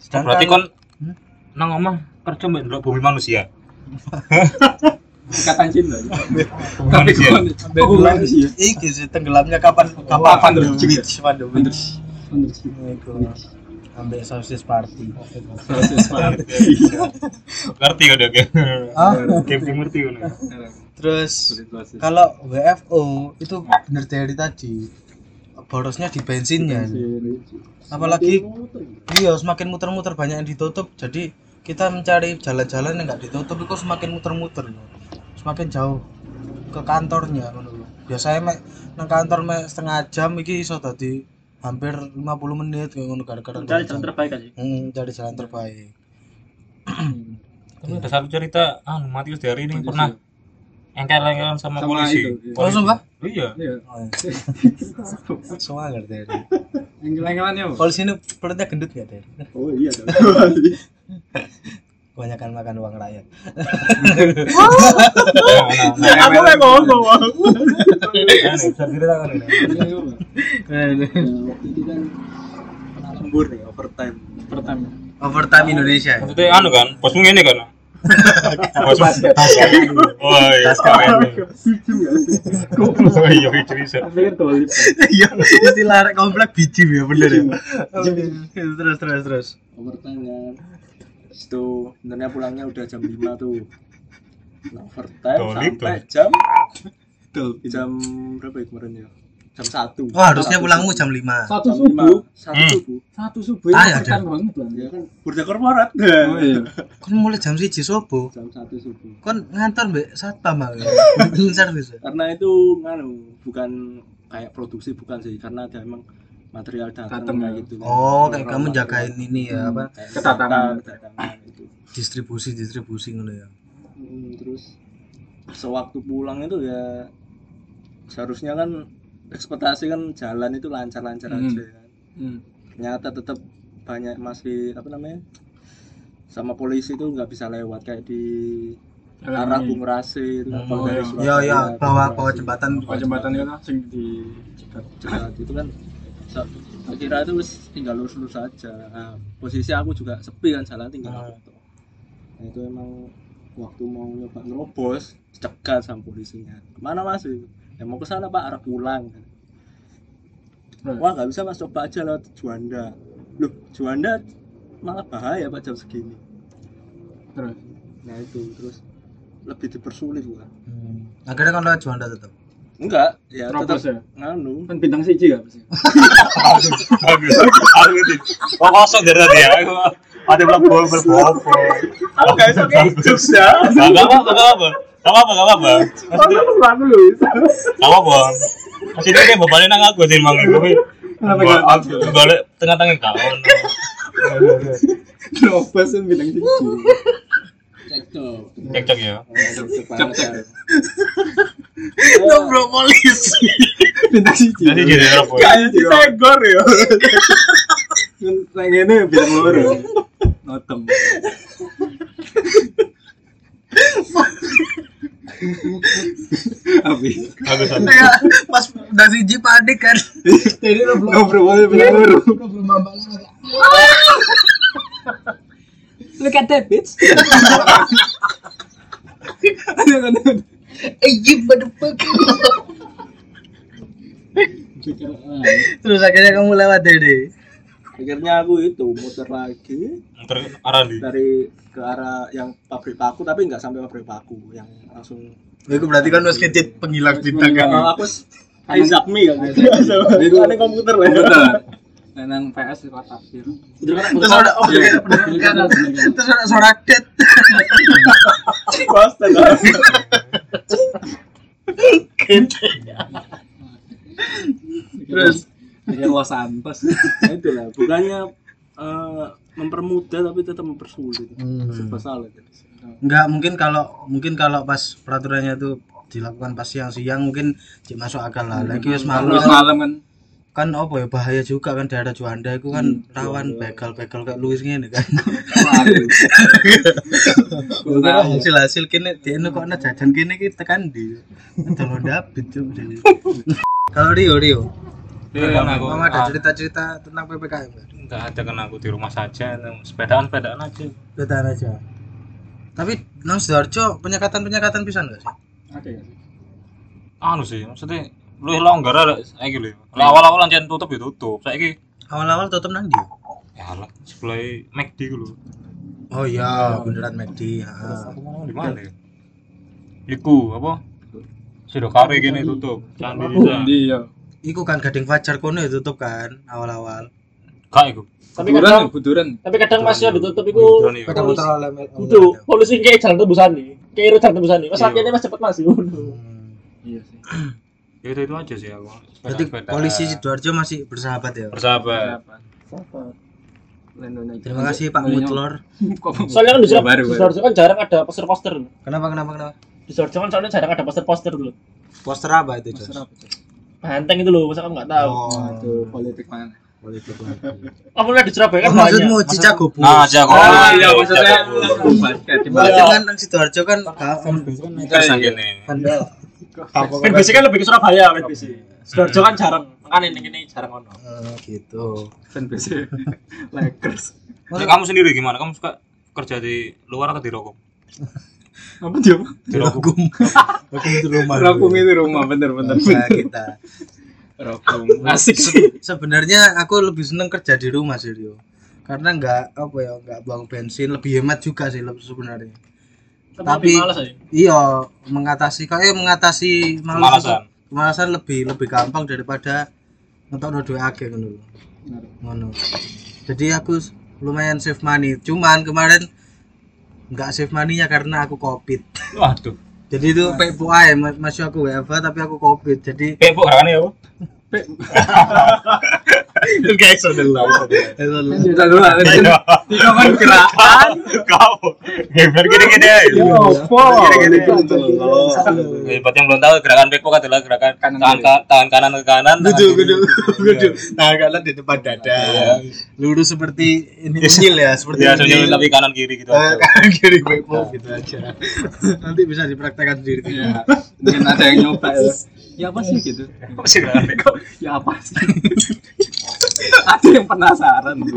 [SPEAKER 3] Sedangkan-
[SPEAKER 2] Hmm. berarti kon
[SPEAKER 3] Hmm?
[SPEAKER 2] nang omah kerja mbek ndelok bumi manusia
[SPEAKER 4] ikatan cinta gitu.
[SPEAKER 2] bumi
[SPEAKER 4] tapi
[SPEAKER 2] manusia
[SPEAKER 4] kalau
[SPEAKER 3] Tenggelam-
[SPEAKER 4] ambek sih
[SPEAKER 3] iki sih tenggelamnya kapan kapan
[SPEAKER 4] pandemi.
[SPEAKER 3] Witch, pandemi.
[SPEAKER 4] bener bener sih
[SPEAKER 3] Iku, ambek sosis party
[SPEAKER 4] proses banget
[SPEAKER 2] ngerti udah kayak
[SPEAKER 3] ah
[SPEAKER 2] game game ngerti kan ya?
[SPEAKER 3] terus
[SPEAKER 4] Sulit proses.
[SPEAKER 3] kalau WFO itu bener dari tadi borosnya di bensinnya apalagi iya semakin muter-muter banyak yang ditutup jadi kita mencari jalan-jalan yang nggak ditutup itu semakin muter-muter loh. semakin jauh ke kantornya ngono lho. biasanya mek nang kantor mek setengah jam iki iso tadi hampir 50 menit kayak ngono gara-gara
[SPEAKER 5] mencari jalan terbaik kan, aja
[SPEAKER 3] Hmm, cari jalan terbaik
[SPEAKER 2] tapi ada satu cerita anu Matius dari ini pernah engkel-engkelan sama,
[SPEAKER 4] Sama
[SPEAKER 2] polisi.
[SPEAKER 4] itu, iya.
[SPEAKER 2] Polisi.
[SPEAKER 3] Oh, sumpah?
[SPEAKER 2] Iya.
[SPEAKER 4] iya
[SPEAKER 3] Oh, iya. Semua ngerti ya.
[SPEAKER 4] engkel-engkelan ya
[SPEAKER 3] Polisi ini perutnya gendut gak deh?
[SPEAKER 7] oh iya dong.
[SPEAKER 3] Kebanyakan makan uang rakyat.
[SPEAKER 2] Nah, nah, nah.
[SPEAKER 4] aku kayak ngomong
[SPEAKER 2] Nah, nih, bisa diceritakan ini.
[SPEAKER 7] waktu itu kan lembur nih overtime
[SPEAKER 4] pertama
[SPEAKER 3] Overtime Indonesia.
[SPEAKER 2] Maksudnya anu kan, bosmu ngene kan. Bosmu basket. Oh iya.
[SPEAKER 7] lucu gak sih
[SPEAKER 2] Oh iya, itu bisa.
[SPEAKER 7] pikir dolip
[SPEAKER 3] Iya, istilah arek komplek biji ya bener ya. Terus terus terus.
[SPEAKER 7] overtime kan Terus itu sebenarnya pulangnya udah jam 5 tuh nah, overtime
[SPEAKER 2] Dolip,
[SPEAKER 7] sampai
[SPEAKER 2] dolip.
[SPEAKER 7] jam jam berapa ya kemarin ya jam 1
[SPEAKER 3] Wah, harusnya pulangmu jam 5.
[SPEAKER 4] satu
[SPEAKER 7] jam
[SPEAKER 4] subuh
[SPEAKER 7] 5 satu
[SPEAKER 2] Hmm.
[SPEAKER 7] subuh
[SPEAKER 4] satu subuh
[SPEAKER 3] Ah, ya,
[SPEAKER 4] ya tekan banget lah
[SPEAKER 7] ya kan kerja korporat
[SPEAKER 4] oh iya
[SPEAKER 3] Kon mulai jam 1 sobo.
[SPEAKER 7] jam 1 subuh
[SPEAKER 3] Kon ngantor mbek satpam aku. Clean service.
[SPEAKER 7] karena itu nganu bukan kayak produksi bukan sih karena ada emang material datang
[SPEAKER 4] Datang, ya.
[SPEAKER 7] kayak gitu
[SPEAKER 3] Oh, kayak kamu
[SPEAKER 7] Material-
[SPEAKER 3] jagain ini ya apa?
[SPEAKER 7] kayak
[SPEAKER 4] Ketatangan.
[SPEAKER 7] ketatangan itu
[SPEAKER 3] Distribusi distribusi ngono ya.
[SPEAKER 7] Mm, terus sewaktu pulang itu ya seharusnya kan ekspektasi kan jalan itu lancar-lancar
[SPEAKER 4] Hmm.
[SPEAKER 7] aja kan.
[SPEAKER 4] Hmm.
[SPEAKER 7] Ternyata tetap banyak masih apa namanya? sama polisi itu nggak bisa lewat kayak di arah
[SPEAKER 4] Ini.
[SPEAKER 7] Bung Rasi itu kan,
[SPEAKER 3] Oh,
[SPEAKER 7] kalau dari
[SPEAKER 4] iya.
[SPEAKER 7] Surabaya
[SPEAKER 3] Ya ya,
[SPEAKER 7] ke
[SPEAKER 3] bawa
[SPEAKER 7] Bung
[SPEAKER 3] bawa
[SPEAKER 7] Rasi.
[SPEAKER 3] jembatan.
[SPEAKER 4] Buka jembatan itu kan sing di cekat.
[SPEAKER 7] Jerat itu kan sa- saya kira itu wis tinggal lurus-lurus saja nah, posisi aku juga sepi kan jalan tinggal
[SPEAKER 3] Hmm.
[SPEAKER 7] aku tuh. nah, itu emang waktu mau nyoba ngerobos cegat sama polisinya kemana mas ya mau ke sana pak arah pulang
[SPEAKER 4] Hmm.
[SPEAKER 7] wah nggak bisa mas coba aja lewat Juanda loh Juanda malah bahaya pak jam segini
[SPEAKER 4] Terus
[SPEAKER 7] nah itu terus lebih dipersulit lah
[SPEAKER 3] Hmm. Akhirnya kan lewat Juanda tetap.
[SPEAKER 7] enggak ya
[SPEAKER 4] terobos
[SPEAKER 7] tetap
[SPEAKER 4] ya.
[SPEAKER 7] nganu
[SPEAKER 4] Kan bintang siji gak pasti.
[SPEAKER 2] Bagus. Bagus. Aku ngerti. Kok kosong dari tadi ya? Aku- Ada bilang bohong bohong.
[SPEAKER 7] aku nggak bisa kayak jokes ya
[SPEAKER 2] Enggak apa-apa, enggak apa-apa. Enggak apa-apa, enggak apa-apa. Maksudnya
[SPEAKER 7] aku lulus
[SPEAKER 2] Gak apa-apa Masih ini kayak bebannya nang aku sih emang Tapi Gua- Balik tengah-tengah gak ono.
[SPEAKER 7] Nerobos yang bilang kan siji. Cekcok.
[SPEAKER 2] Cekcok ya
[SPEAKER 7] Cekcok.
[SPEAKER 3] polisi.
[SPEAKER 7] Bintang siji.
[SPEAKER 2] Jadi jadi apa ya?
[SPEAKER 7] Kayak disenggor ya. Nang Kan ngene ya, bintang loro.
[SPEAKER 4] Notem.
[SPEAKER 7] Abi.
[SPEAKER 2] Bagus bagus.
[SPEAKER 3] Kayak pas dari Ji panik kan. Jadi lo belum
[SPEAKER 7] Ngobrol bintang loro.
[SPEAKER 4] Look at that bitch.
[SPEAKER 3] Eh, you motherfucker. Terus akhirnya kamu lewat deh.
[SPEAKER 7] Akhirnya aku itu muter lagi
[SPEAKER 2] Muter arah di.
[SPEAKER 7] dari ke arah yang pabrik paku tapi nggak sampai pabrik paku yang langsung
[SPEAKER 3] Itu berarti kan wis kecit penghilang bintang
[SPEAKER 7] Kalau
[SPEAKER 3] kan.
[SPEAKER 7] aku s- Isaac Mi kan.
[SPEAKER 4] Isaac Mi.
[SPEAKER 7] Itu ada komputer lah.
[SPEAKER 4] Bener. Nah, nang PS suka tafsir.
[SPEAKER 3] Terus ada oh iya, bener. Terus ada suara det.
[SPEAKER 7] Pasti lah.
[SPEAKER 4] Terus bikin Los Santos.
[SPEAKER 7] Nah, Itulah bukannya eh, mempermudah tapi tetap mempersulit.
[SPEAKER 3] Hmm.
[SPEAKER 7] Serba salah.
[SPEAKER 3] Enggak, mungkin kalau mungkin kalau pas peraturannya itu dilakukan pas siang-siang mungkin cik masuk akal lah. Lagi wis malam
[SPEAKER 4] Terus malam kan
[SPEAKER 3] kan apa ya bahaya juga kan daerah Juanda itu kan rawan begal-begal kayak Luis ngene kan.
[SPEAKER 4] Waduh.
[SPEAKER 3] Nah, hasil hasil kene dene kok ana jajan kene iki tekan ndi? Tolong dapet cuk. Kalau Rio Rio,
[SPEAKER 2] Tekan aku.
[SPEAKER 3] kamu ada
[SPEAKER 2] Ah,
[SPEAKER 3] cerita-cerita tentang PPKM nggak?
[SPEAKER 2] Enggak ada kan aku di rumah saja, sepedaan-sepedaan aja.
[SPEAKER 3] Betan aja. Tapi nang Sidoarjo penyekatan-penyekatan pisan enggak sih?
[SPEAKER 4] Ada ya sih.
[SPEAKER 2] Anu sih, maksudnya lu longgar lah saiki lho. Lah awal-awal ancen tutup ya tutup. Saiki
[SPEAKER 3] Awal-awal tutup nang ndi?
[SPEAKER 2] ya lah sebelah McD ku lho.
[SPEAKER 3] Oh iya, bundaran McD. Heeh.
[SPEAKER 2] Aku mau di mana ya? Iku apa? Sidokare kene tutup. Candi Desa.
[SPEAKER 4] Di ya.
[SPEAKER 3] Iku kan Gading Fajar kono ya tutup kan awal-awal.
[SPEAKER 2] Kak iku.
[SPEAKER 5] tapi
[SPEAKER 4] Buduran,
[SPEAKER 5] kadang
[SPEAKER 4] ya, buduran.
[SPEAKER 5] tapi kadang masih ada tutup itu
[SPEAKER 2] Buduran iya.
[SPEAKER 3] Kadang putar oleh oleh-
[SPEAKER 5] itu polisi kayak jalan tembusan nih kayak jalan tembusan nih mas
[SPEAKER 2] Iya.
[SPEAKER 5] latihannya mas cepet masih
[SPEAKER 3] Hmm.
[SPEAKER 4] Iya sih.
[SPEAKER 2] Ya udah, itu aja sih aku.
[SPEAKER 3] Berarti
[SPEAKER 2] Sepedaan-sepedaan.
[SPEAKER 3] polisi Sidoarjo masih bersahabat ya.
[SPEAKER 2] bersahabat.
[SPEAKER 3] Terima kasih Pak Mutlor.
[SPEAKER 5] soalnya kan di Surab-
[SPEAKER 4] Baru,
[SPEAKER 5] di
[SPEAKER 4] baru.
[SPEAKER 5] Surabaya kan jarang ada poster-poster
[SPEAKER 3] Kenapa kenapa kenapa?
[SPEAKER 5] di Surabaya kan soalnya jarang ada poster-poster dulu
[SPEAKER 3] Poster apa itu, Jos?
[SPEAKER 5] banteng itu loh masa kamu nggak tahu
[SPEAKER 3] Oh,
[SPEAKER 4] Aduh, politik mana?
[SPEAKER 3] politik lagi.
[SPEAKER 5] kamu lihat di Surabaya kan
[SPEAKER 3] Oh,
[SPEAKER 5] banyak
[SPEAKER 3] maksudmu cicak gobus.
[SPEAKER 2] Nah, jago.
[SPEAKER 4] Ah, iya, basket.
[SPEAKER 3] Maksudnya kan nang Sidoarjo kan ka-
[SPEAKER 2] Terus yang gini.
[SPEAKER 3] kan Apa-
[SPEAKER 5] Fanbase kan lebih ke Surabaya fanbase Sidoarjo kan jarang makanya ini ini jarang ono
[SPEAKER 3] Eh, gitu.
[SPEAKER 4] Fanbase Lakers.
[SPEAKER 2] Nah, kamu sendiri gimana? Kamu suka kerja di luar atau di rokok?
[SPEAKER 4] Apa dia?
[SPEAKER 2] Di rokok.
[SPEAKER 3] Rokung. Rokung itu rumah.
[SPEAKER 4] Rokung itu rumah bener-bener.
[SPEAKER 3] Bangsa kita.
[SPEAKER 4] Rokung.
[SPEAKER 5] asik
[SPEAKER 3] Se- Sebenarnya aku lebih seneng kerja di rumah sih Rio. Karena nggak apa ya nggak buang bensin, lebih hemat juga sih leb- sebenarnya.
[SPEAKER 5] tapi
[SPEAKER 3] Tapi-
[SPEAKER 5] malas aja
[SPEAKER 3] Iya, mengatasi kayak mengatasi malas itu-
[SPEAKER 2] Malasan.
[SPEAKER 3] Kemalasan lebih lebih gampang daripada ngetok dua akeh ngono. lho. Ngono. Jadi aku s- lumayan save money. Cuman kemarin nggak save money-nya karena aku covid.
[SPEAKER 2] Waduh.
[SPEAKER 3] Jadi itu pepo ae mas- masih aku WFH tapi aku covid. Jadi
[SPEAKER 2] Kayak bu gerakannya ya, Bu?
[SPEAKER 3] guys sudah lama.
[SPEAKER 4] Kita dulu lah. Tiga kan gerak.
[SPEAKER 2] Kau. Gamer gini-gini ya.
[SPEAKER 4] gitu.
[SPEAKER 3] Iya,
[SPEAKER 2] Eh, Buat yang belum tahu gerakan backpack adalah gerakan
[SPEAKER 4] Kanan
[SPEAKER 2] tangan,
[SPEAKER 4] kiri.
[SPEAKER 2] ka- tangan kanan ke kanan. tangan
[SPEAKER 3] Gudu
[SPEAKER 2] kiri.
[SPEAKER 3] gudu gudu. Nah kanan di depan dada. Lurus seperti ini unyil ya seperti
[SPEAKER 2] Ya, sebenarnya
[SPEAKER 3] unyil.
[SPEAKER 2] tapi kanan kiri gitu.
[SPEAKER 3] Eh,
[SPEAKER 2] aja.
[SPEAKER 3] kanan kiri pepo gitu aja. Nanti bisa dipraktekkan sendiri.
[SPEAKER 4] Iya. Mungkin ada yang nyoba ya. Ya apa sih gitu?
[SPEAKER 2] Apa sih gerakan backpack?
[SPEAKER 4] Ya apa sih? Ada yang penasaran. Bu.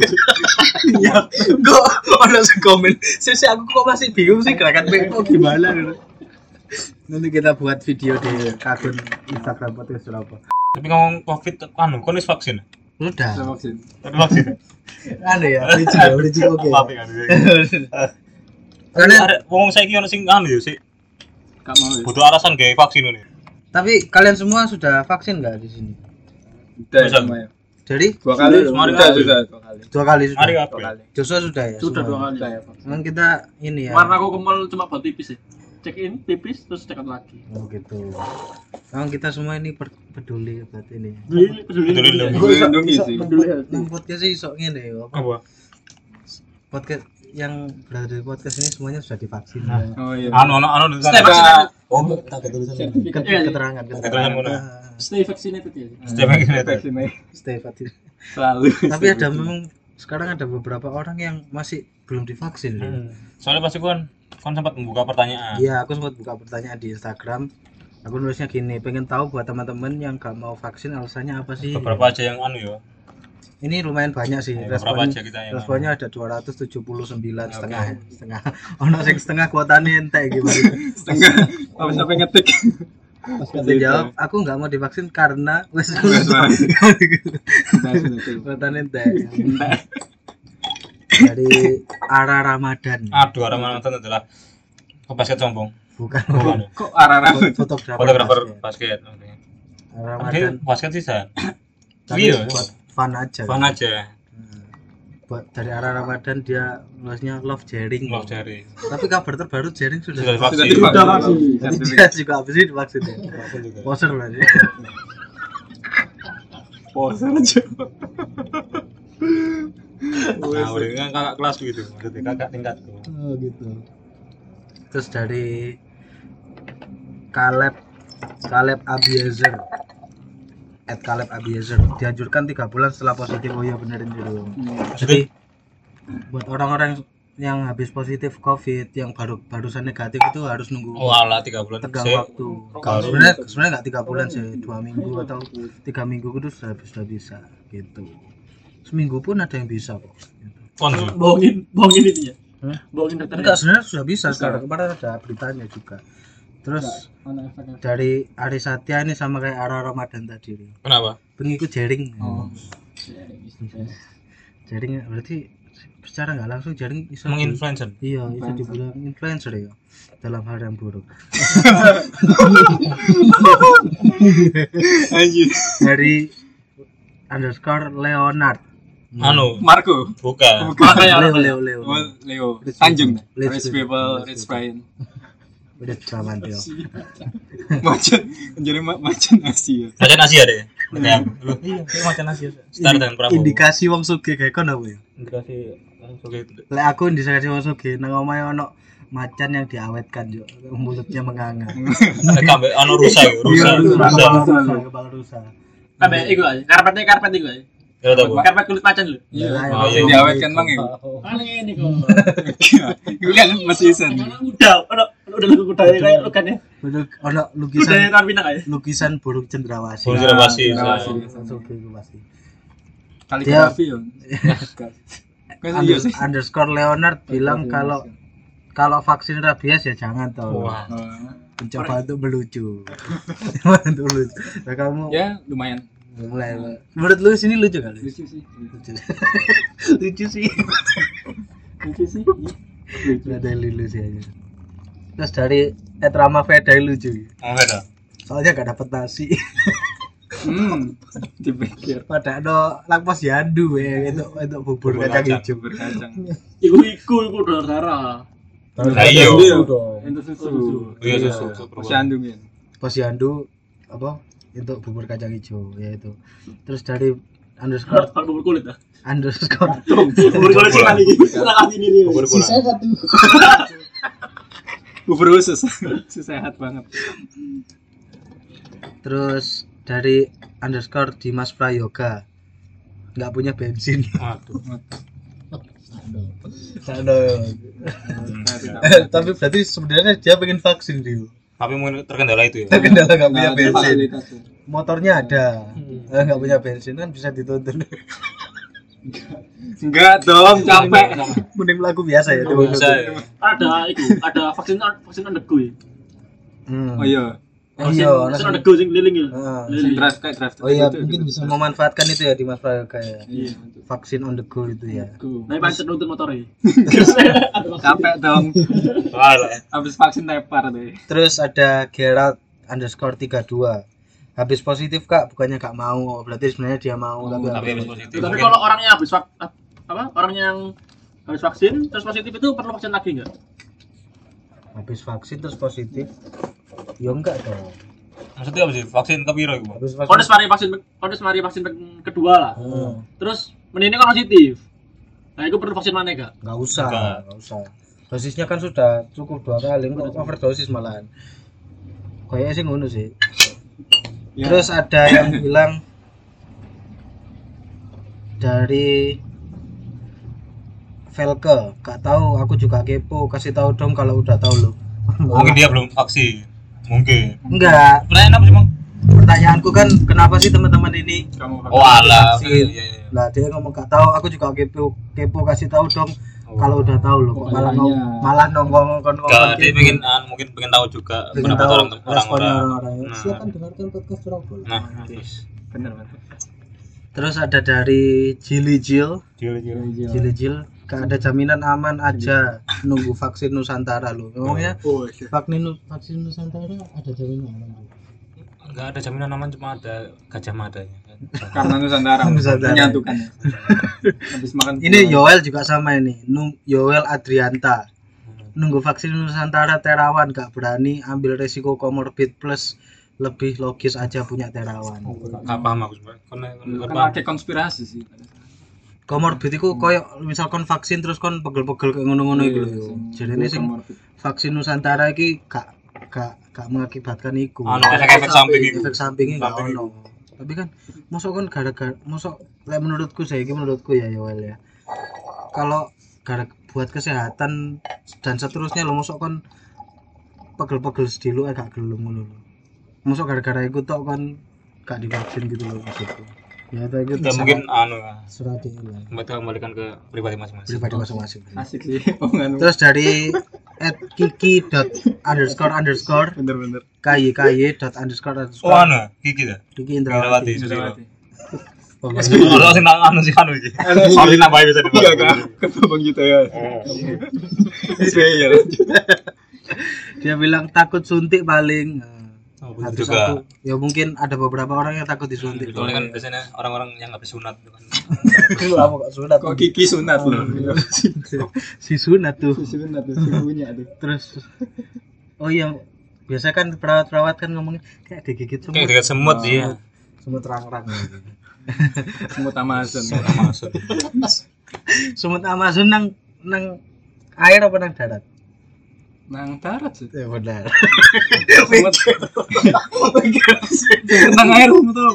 [SPEAKER 3] Iya, kok ada sing komen. Sisi aku kok masih bingung sih gerakan pepo gimana gitu. Nanti kita buat video di akun Instagram podcast Surabaya.
[SPEAKER 2] Tapi ngomong covid, anu, kan wis vaksin. Iya.
[SPEAKER 4] Ada
[SPEAKER 3] Udah.
[SPEAKER 4] vaksin.
[SPEAKER 2] Ada vaksin.
[SPEAKER 3] Aneh ya, lucu ya, lucu oke.
[SPEAKER 2] Apa ya? Tapi
[SPEAKER 3] Kalian-
[SPEAKER 2] ada ngomong saya kira sing anu ya sih.
[SPEAKER 4] Gak mau ya.
[SPEAKER 2] Butuh alasan kayak vaksin ini.
[SPEAKER 3] Tapi kalian semua sudah vaksin nggak di sini?
[SPEAKER 4] Udah
[SPEAKER 2] Masa?
[SPEAKER 4] semua ya.
[SPEAKER 3] Dari
[SPEAKER 4] Dua kali.
[SPEAKER 7] Sudah,
[SPEAKER 4] Sudah,
[SPEAKER 2] sudah.
[SPEAKER 4] sudah. Dua kali.
[SPEAKER 3] dua kali
[SPEAKER 2] Mari
[SPEAKER 3] sudah.
[SPEAKER 2] apa?
[SPEAKER 4] Dua
[SPEAKER 2] ya?
[SPEAKER 4] kali.
[SPEAKER 3] Joshua sudah ya.
[SPEAKER 5] sudah dua
[SPEAKER 3] semua?
[SPEAKER 5] kali
[SPEAKER 4] Sudah ya. Pak.
[SPEAKER 3] Cuman kita ini ya.
[SPEAKER 5] warna aku ke mall cuma buat tipis ya check in tipis terus check out lagi
[SPEAKER 3] Oh gitu. Emang kita semua ini per- peduli buat ini.
[SPEAKER 5] peduli peduli
[SPEAKER 2] Peduli
[SPEAKER 5] peduli.
[SPEAKER 2] lebih.
[SPEAKER 4] Melindungi sih.
[SPEAKER 3] Nang podcast sih sok ngene ya. apa?
[SPEAKER 2] Apa?
[SPEAKER 3] Podcast yang berada di podcast ini semuanya sudah divaksin.
[SPEAKER 5] Nah.
[SPEAKER 4] Oh iya.
[SPEAKER 2] Anu, anu, anu.
[SPEAKER 5] Stay
[SPEAKER 2] anu.
[SPEAKER 5] vaccinated.
[SPEAKER 3] Oh, tak ketulisan.
[SPEAKER 4] Sertifikat.
[SPEAKER 5] Iya, iya.
[SPEAKER 3] Keterangan, keterangan.
[SPEAKER 2] Keterangan mana?
[SPEAKER 3] Ah,
[SPEAKER 5] stay vaccinated ya
[SPEAKER 2] Setiap yang kita
[SPEAKER 4] Vaksin aja.
[SPEAKER 3] Stay vaksin.
[SPEAKER 4] Selalu.
[SPEAKER 3] Tapi ada memang sekarang ada beberapa orang yang masih belum divaksin.
[SPEAKER 2] Hmm.
[SPEAKER 3] ya.
[SPEAKER 2] Soalnya pasti kan kan sempat membuka pertanyaan.
[SPEAKER 3] Iya, aku sempat buka pertanyaan di Instagram. Aku nulisnya gini, pengen tahu buat teman-teman yang gak mau vaksin alasannya apa sih?
[SPEAKER 2] Beberapa aja yang anu ya.
[SPEAKER 3] Ini lumayan banyak sih.
[SPEAKER 2] Ya, beberapa
[SPEAKER 3] responnya,
[SPEAKER 2] aja kita yang
[SPEAKER 3] responnya ada 279 setengah setengah. Ono sing setengah kuotane entek
[SPEAKER 2] Gitu.
[SPEAKER 3] gimana.
[SPEAKER 4] Setengah. Apa sampai ngetik?
[SPEAKER 3] Pas ya. kata jawab, aku nggak mau divaksin karena wes
[SPEAKER 4] Sudah, sudah, sudah.
[SPEAKER 3] kuotane entek. Dari arah Ramadan.
[SPEAKER 2] anu. Ah. Aduh, orang mantan adalah kebasket sombong.
[SPEAKER 3] bukan
[SPEAKER 2] Bukan.
[SPEAKER 4] kok arah-arah
[SPEAKER 3] Fo- fotografer
[SPEAKER 2] Oh. Fotografer basket.
[SPEAKER 3] basket.
[SPEAKER 2] Oke. Dia
[SPEAKER 3] Ramadan
[SPEAKER 2] basket sih San.
[SPEAKER 3] tapi
[SPEAKER 2] Iya.
[SPEAKER 3] buat fun aja
[SPEAKER 2] Fun aja.
[SPEAKER 3] Hmm. buat dari arah Ramadan dia nulisnya love sharing
[SPEAKER 2] Love dari.
[SPEAKER 3] tapi kabar terbaru sharing sudah
[SPEAKER 2] Sudah
[SPEAKER 4] sudah
[SPEAKER 2] divaksin.
[SPEAKER 4] divaksin.
[SPEAKER 3] jadi dia juga apa sih maksudnya
[SPEAKER 2] Aku juga.
[SPEAKER 3] ya. poser berarti
[SPEAKER 4] poser aja
[SPEAKER 2] Nah, udah kan kakak kelas gitu. Maksudnya kakak tingkatku.
[SPEAKER 3] oh gitu terus dari Caleb Caleb Abiezer at Caleb Abiezer dianjurkan tiga bulan setelah positif oh iya benerin dulu
[SPEAKER 2] Positif.
[SPEAKER 3] jadi buat orang-orang yang habis positif covid yang baru barusan negatif itu harus nunggu
[SPEAKER 2] Oh, alah 3 bulan.
[SPEAKER 3] tegang
[SPEAKER 2] Saya
[SPEAKER 3] waktu
[SPEAKER 2] Baru.
[SPEAKER 3] sebenarnya sebenarnya nggak tiga bulan sih dua minggu atau tiga minggu itu sudah sudah bisa gitu seminggu pun ada yang bisa kok gitu.
[SPEAKER 2] konsul.
[SPEAKER 5] bohongin bohongin itu ya
[SPEAKER 3] Hah?
[SPEAKER 5] bohongin dokter
[SPEAKER 3] enggak sebenarnya sudah bisa sekarang kemarin ada beritanya juga terus dari Ari Satya ini sama kayak Ara Ramadan tadi nih.
[SPEAKER 2] Kenapa?
[SPEAKER 3] pengikut jaring jaring berarti secara nggak langsung jaring bisa di-
[SPEAKER 2] Menginfluencer.
[SPEAKER 3] Iya, itu dibilang influencer ya dalam hal yang buruk. Dari underscore Leonard.
[SPEAKER 2] Anu,
[SPEAKER 4] Marco
[SPEAKER 2] bukan.
[SPEAKER 3] Leo,
[SPEAKER 4] makanya orang
[SPEAKER 3] Leo, Leo.
[SPEAKER 4] Oh, Leo
[SPEAKER 3] Rich
[SPEAKER 4] Tanjung
[SPEAKER 3] people. Rich
[SPEAKER 4] Rich
[SPEAKER 3] people.
[SPEAKER 4] People
[SPEAKER 3] Rich
[SPEAKER 4] Rich Brian
[SPEAKER 3] Udah selamat ya.
[SPEAKER 4] macan jadi ma- ya. macan Asia
[SPEAKER 2] Macan Asia deh. Kayak lu. Iya, kayak macan Asia. Star dengan Prabowo.
[SPEAKER 3] Indikasi wong sugih kayak kono apa ya?
[SPEAKER 2] Indikasi langsung gitu.
[SPEAKER 3] Lek aku indikasi wong sugih nang omahe ono macan yang diawetkan yo, mulutnya menganga.
[SPEAKER 2] Rekam anu rusa, ya, rusa,
[SPEAKER 3] Iya, rusa,
[SPEAKER 2] rusa.
[SPEAKER 3] kepala rusa, kepala rusa.
[SPEAKER 5] kabe ya? iku aja karpetnya karpet iku aja
[SPEAKER 2] Ya tahu.
[SPEAKER 5] karpet kulit macan lho
[SPEAKER 4] Iya,
[SPEAKER 3] Lah,
[SPEAKER 2] oh, iya.
[SPEAKER 3] yang
[SPEAKER 4] diawetkan mang ya.
[SPEAKER 5] Oh.
[SPEAKER 4] Gue kan masih isen.
[SPEAKER 5] udah Ya, ono ono udah lu kuda kayak ya. lukane
[SPEAKER 3] Bener, Ono
[SPEAKER 5] kuda
[SPEAKER 3] lukisan
[SPEAKER 5] tarwina kayak
[SPEAKER 3] lukisan burung cendrawasih. Iya,
[SPEAKER 2] Burung cendrawasih,
[SPEAKER 4] Cendrawasih.
[SPEAKER 3] Wong sugih itu pasti.
[SPEAKER 4] Kaligrafi ya. Kan iya
[SPEAKER 3] Under-
[SPEAKER 4] sih.
[SPEAKER 3] underscore Leonard bilang kalau kalau vaksin rabies ya jangan toh
[SPEAKER 2] Wah.
[SPEAKER 4] Oh,
[SPEAKER 3] mencoba untuk melucu Mencoba untuk lucu nah, kamu
[SPEAKER 4] Ya lumayan.
[SPEAKER 3] mulai menurut lu sini lucu kali
[SPEAKER 4] Lucu sih.
[SPEAKER 3] lucu, lucu sih
[SPEAKER 4] Lucu sih.
[SPEAKER 3] Nggak ada yang lucu aja terus dari Ed Rama Veda yang lucu
[SPEAKER 2] Mau beda.
[SPEAKER 3] soalnya gak dapet nasi
[SPEAKER 4] Hmm. Dipikir
[SPEAKER 3] pada ada lakpos yandu ya itu itu bubur
[SPEAKER 2] Bubur kacang.
[SPEAKER 3] kacang hijau
[SPEAKER 4] bubur kacang.
[SPEAKER 5] iku iku iku udah darah
[SPEAKER 2] Nah, iya.
[SPEAKER 4] Itu susu.
[SPEAKER 2] Iya, susu, susu.
[SPEAKER 4] Masih andungin.
[SPEAKER 3] posyandu apa untuk bubur kacang hijau ya itu terus dari underscore
[SPEAKER 5] kalau bubur kulit dah
[SPEAKER 3] underscore
[SPEAKER 5] bubur kulit sih kali ini kali ini nih
[SPEAKER 2] Bubur pulang.
[SPEAKER 4] Bubur usus. Susu sehat banget.
[SPEAKER 3] terus dari underscore Dimas Prayoga nggak punya bensin
[SPEAKER 2] Aduh.
[SPEAKER 3] Eh, tapi berarti sebenarnya dia pengen vaksin dia
[SPEAKER 2] Tapi mungkin terkendala itu ya.
[SPEAKER 3] tapi kendala nggak punya
[SPEAKER 4] Nah,
[SPEAKER 3] bensin
[SPEAKER 4] Fasilitasnya.
[SPEAKER 3] motornya ada Eh, nggak punya bensin kan bisa dituntun
[SPEAKER 4] Enggak dong, capek.
[SPEAKER 3] mending lagu biasa ya dituntun.
[SPEAKER 2] Bisa ya.
[SPEAKER 5] ada iku ada vaksin vaksin on the go ya.
[SPEAKER 3] Hmm.
[SPEAKER 4] Oh iya.
[SPEAKER 3] oh
[SPEAKER 5] vaksin
[SPEAKER 3] iya
[SPEAKER 5] vaksin on the go sing keliling ya
[SPEAKER 3] Ah.
[SPEAKER 4] Sing
[SPEAKER 5] Keliling.
[SPEAKER 4] draft kayak draft.
[SPEAKER 3] oh iya
[SPEAKER 4] itu.
[SPEAKER 3] mungkin bisa memanfaatkan itu ya Dimas Prayoga ya
[SPEAKER 4] Iya.
[SPEAKER 3] vaksin on the go itu ya
[SPEAKER 5] Naik pancet nuntun motor ya.
[SPEAKER 4] Capek dong.
[SPEAKER 2] Wah, lah ya.
[SPEAKER 4] Habis vaksin tepar deh.
[SPEAKER 3] Terus ada Gerald underscore 32 Habis positif kak, bukannya gak mau Berarti sebenarnya dia mau tapi,
[SPEAKER 2] Tapi habis positif.
[SPEAKER 5] Tapi
[SPEAKER 2] Mungkin
[SPEAKER 5] kalau orangnya habis vak apa orang yang habis vaksin terus positif itu perlu vaksin lagi enggak?
[SPEAKER 3] habis vaksin terus positif Ya enggak dong
[SPEAKER 2] maksudnya apa sih? Vaksin ke piro iku?
[SPEAKER 3] Habis vaksin
[SPEAKER 5] Kodes mari vaksin kodes mari vaksin pe- kedua lah.
[SPEAKER 3] Hmm,
[SPEAKER 5] Terus menini kan positif. Nah, itu perlu vaksin mana enggak?
[SPEAKER 3] Enggak usah,
[SPEAKER 2] Enggak.
[SPEAKER 3] enggak usah Dosisnya kan sudah cukup dua kali, enggak overdosis malahan Kayaknya sih ngono sih
[SPEAKER 4] Ya.
[SPEAKER 3] Terus ada yang bilang dari Velke, gak tahu aku juga kepo, kasih tahu dong kalau udah tahu Oh. lo.
[SPEAKER 2] Mungkin dia belum vaksin. Mungkin.
[SPEAKER 3] Enggak,
[SPEAKER 2] Pertanyaan apa sih, Mang?
[SPEAKER 3] pertanyaanku kan kenapa sih teman-teman ini
[SPEAKER 4] Kamu
[SPEAKER 2] Oh, alah.
[SPEAKER 3] Vaksin.
[SPEAKER 2] Iya, iya, iya.
[SPEAKER 3] lah dia ngomong gak tahu aku juga kepo kepo kasih tahu dong kalau udah tahu loh kok malah ngom- malah nongkrong kon
[SPEAKER 2] Enggak, dia pengen ah, mungkin pengen tahu juga
[SPEAKER 3] pengen
[SPEAKER 2] pendapat
[SPEAKER 3] tahu
[SPEAKER 2] orang
[SPEAKER 3] responnya
[SPEAKER 2] orang-orang.
[SPEAKER 3] orang-orang
[SPEAKER 2] Nah.
[SPEAKER 3] silakan dengarkan podcast curang bola
[SPEAKER 2] Nah,
[SPEAKER 4] Bener bener.
[SPEAKER 3] terus ada dari Jili Jil
[SPEAKER 2] Jil jil.
[SPEAKER 3] Jili Jil gak ada jaminan aman aja nunggu vaksin Nusantara ya, lo ngomongnya
[SPEAKER 7] Oh, iya.
[SPEAKER 3] vaksin Nu- vaksin Nusantara ada jaminan aman
[SPEAKER 2] Enggak ada jaminan aman cuma ada gajah ya. madanya.
[SPEAKER 4] karena Nusantara
[SPEAKER 3] Nusantara.
[SPEAKER 4] menyatukan ya. habis makan
[SPEAKER 3] ini
[SPEAKER 4] buah.
[SPEAKER 3] Yoel juga sama ini Nung- Yoel Adrianta nunggu vaksin Nusantara Terawan gak berani ambil resiko komorbid plus lebih logis aja punya Terawan
[SPEAKER 2] Enggak paham aku cuma. Karena
[SPEAKER 4] kan pakai konspirasi sih
[SPEAKER 3] komorbid itu koyo misalkan vaksin terus kon pegel-pegel kayak ngono-ngono
[SPEAKER 4] Iya,
[SPEAKER 3] gitu
[SPEAKER 4] sing-
[SPEAKER 3] jadi ini sing
[SPEAKER 4] komorbid.
[SPEAKER 3] vaksin Nusantara iki gak gak gak mengakibatkan iku
[SPEAKER 2] Anu
[SPEAKER 4] Iya,
[SPEAKER 2] efek samping iku.
[SPEAKER 3] efek sampingnya gak
[SPEAKER 2] Samping
[SPEAKER 3] ono tapi kan mosok kan gara-gara mosok lek menurutku saya ini menurutku ya Yoel ya kalau gara buat kesehatan dan seterusnya lo mosok kon pegel-pegel sedilu eh gak gelem ngono lho mosok gara-gara iku tok kon gak divaksin gitu loh maksudku ya tapi itu
[SPEAKER 2] Ya mungkin anu lah.
[SPEAKER 3] surat lah
[SPEAKER 2] Kembali kembalikan ke pribadi masing-masing.
[SPEAKER 3] pribadi masing-masing
[SPEAKER 4] asik sih Oh, omongan
[SPEAKER 3] terus dari at kiki dot underscore underscore
[SPEAKER 4] bener-bener
[SPEAKER 3] ky ky dot underscore
[SPEAKER 2] Oh
[SPEAKER 3] underscore
[SPEAKER 2] anu, gigi dah.
[SPEAKER 3] Kiki Indrawati
[SPEAKER 2] Indrawati.
[SPEAKER 4] Indrawati.
[SPEAKER 3] Oh,
[SPEAKER 2] Kalau sing nang- anu sih anu iki. Soal nambahin bisa dibuat.
[SPEAKER 4] Enggak, enggak. Kata Bang Gita ya.
[SPEAKER 3] Oh.
[SPEAKER 4] Iya, iya, lanjut.
[SPEAKER 3] dia bilang takut suntik paling
[SPEAKER 2] Oh,
[SPEAKER 3] Nah,
[SPEAKER 2] bener
[SPEAKER 3] terus
[SPEAKER 2] juga.
[SPEAKER 3] aku- ya mungkin ada beberapa orang yang takut disuntik
[SPEAKER 2] Soalnya kan biasanya orang-orang yang habis sunat itu kan.
[SPEAKER 3] Lu apa kok gitu? sunat
[SPEAKER 4] Kok Kiki sunat
[SPEAKER 3] Oh,
[SPEAKER 4] loh.
[SPEAKER 3] iya. si sunat tuh
[SPEAKER 4] sunat tuh, si punya tuh.
[SPEAKER 3] terus oh iya biasa kan perawat-perawat kan ngomongin kayak digigit semut
[SPEAKER 2] Kayak dekat semut iya.
[SPEAKER 3] semut rang-rang
[SPEAKER 4] Semut Amazon.
[SPEAKER 2] Masuk.
[SPEAKER 3] semut Amazon nang nang air apa nang darat
[SPEAKER 4] Nang darat sih.
[SPEAKER 3] ya benar
[SPEAKER 4] Semut. Nang air semut tuh.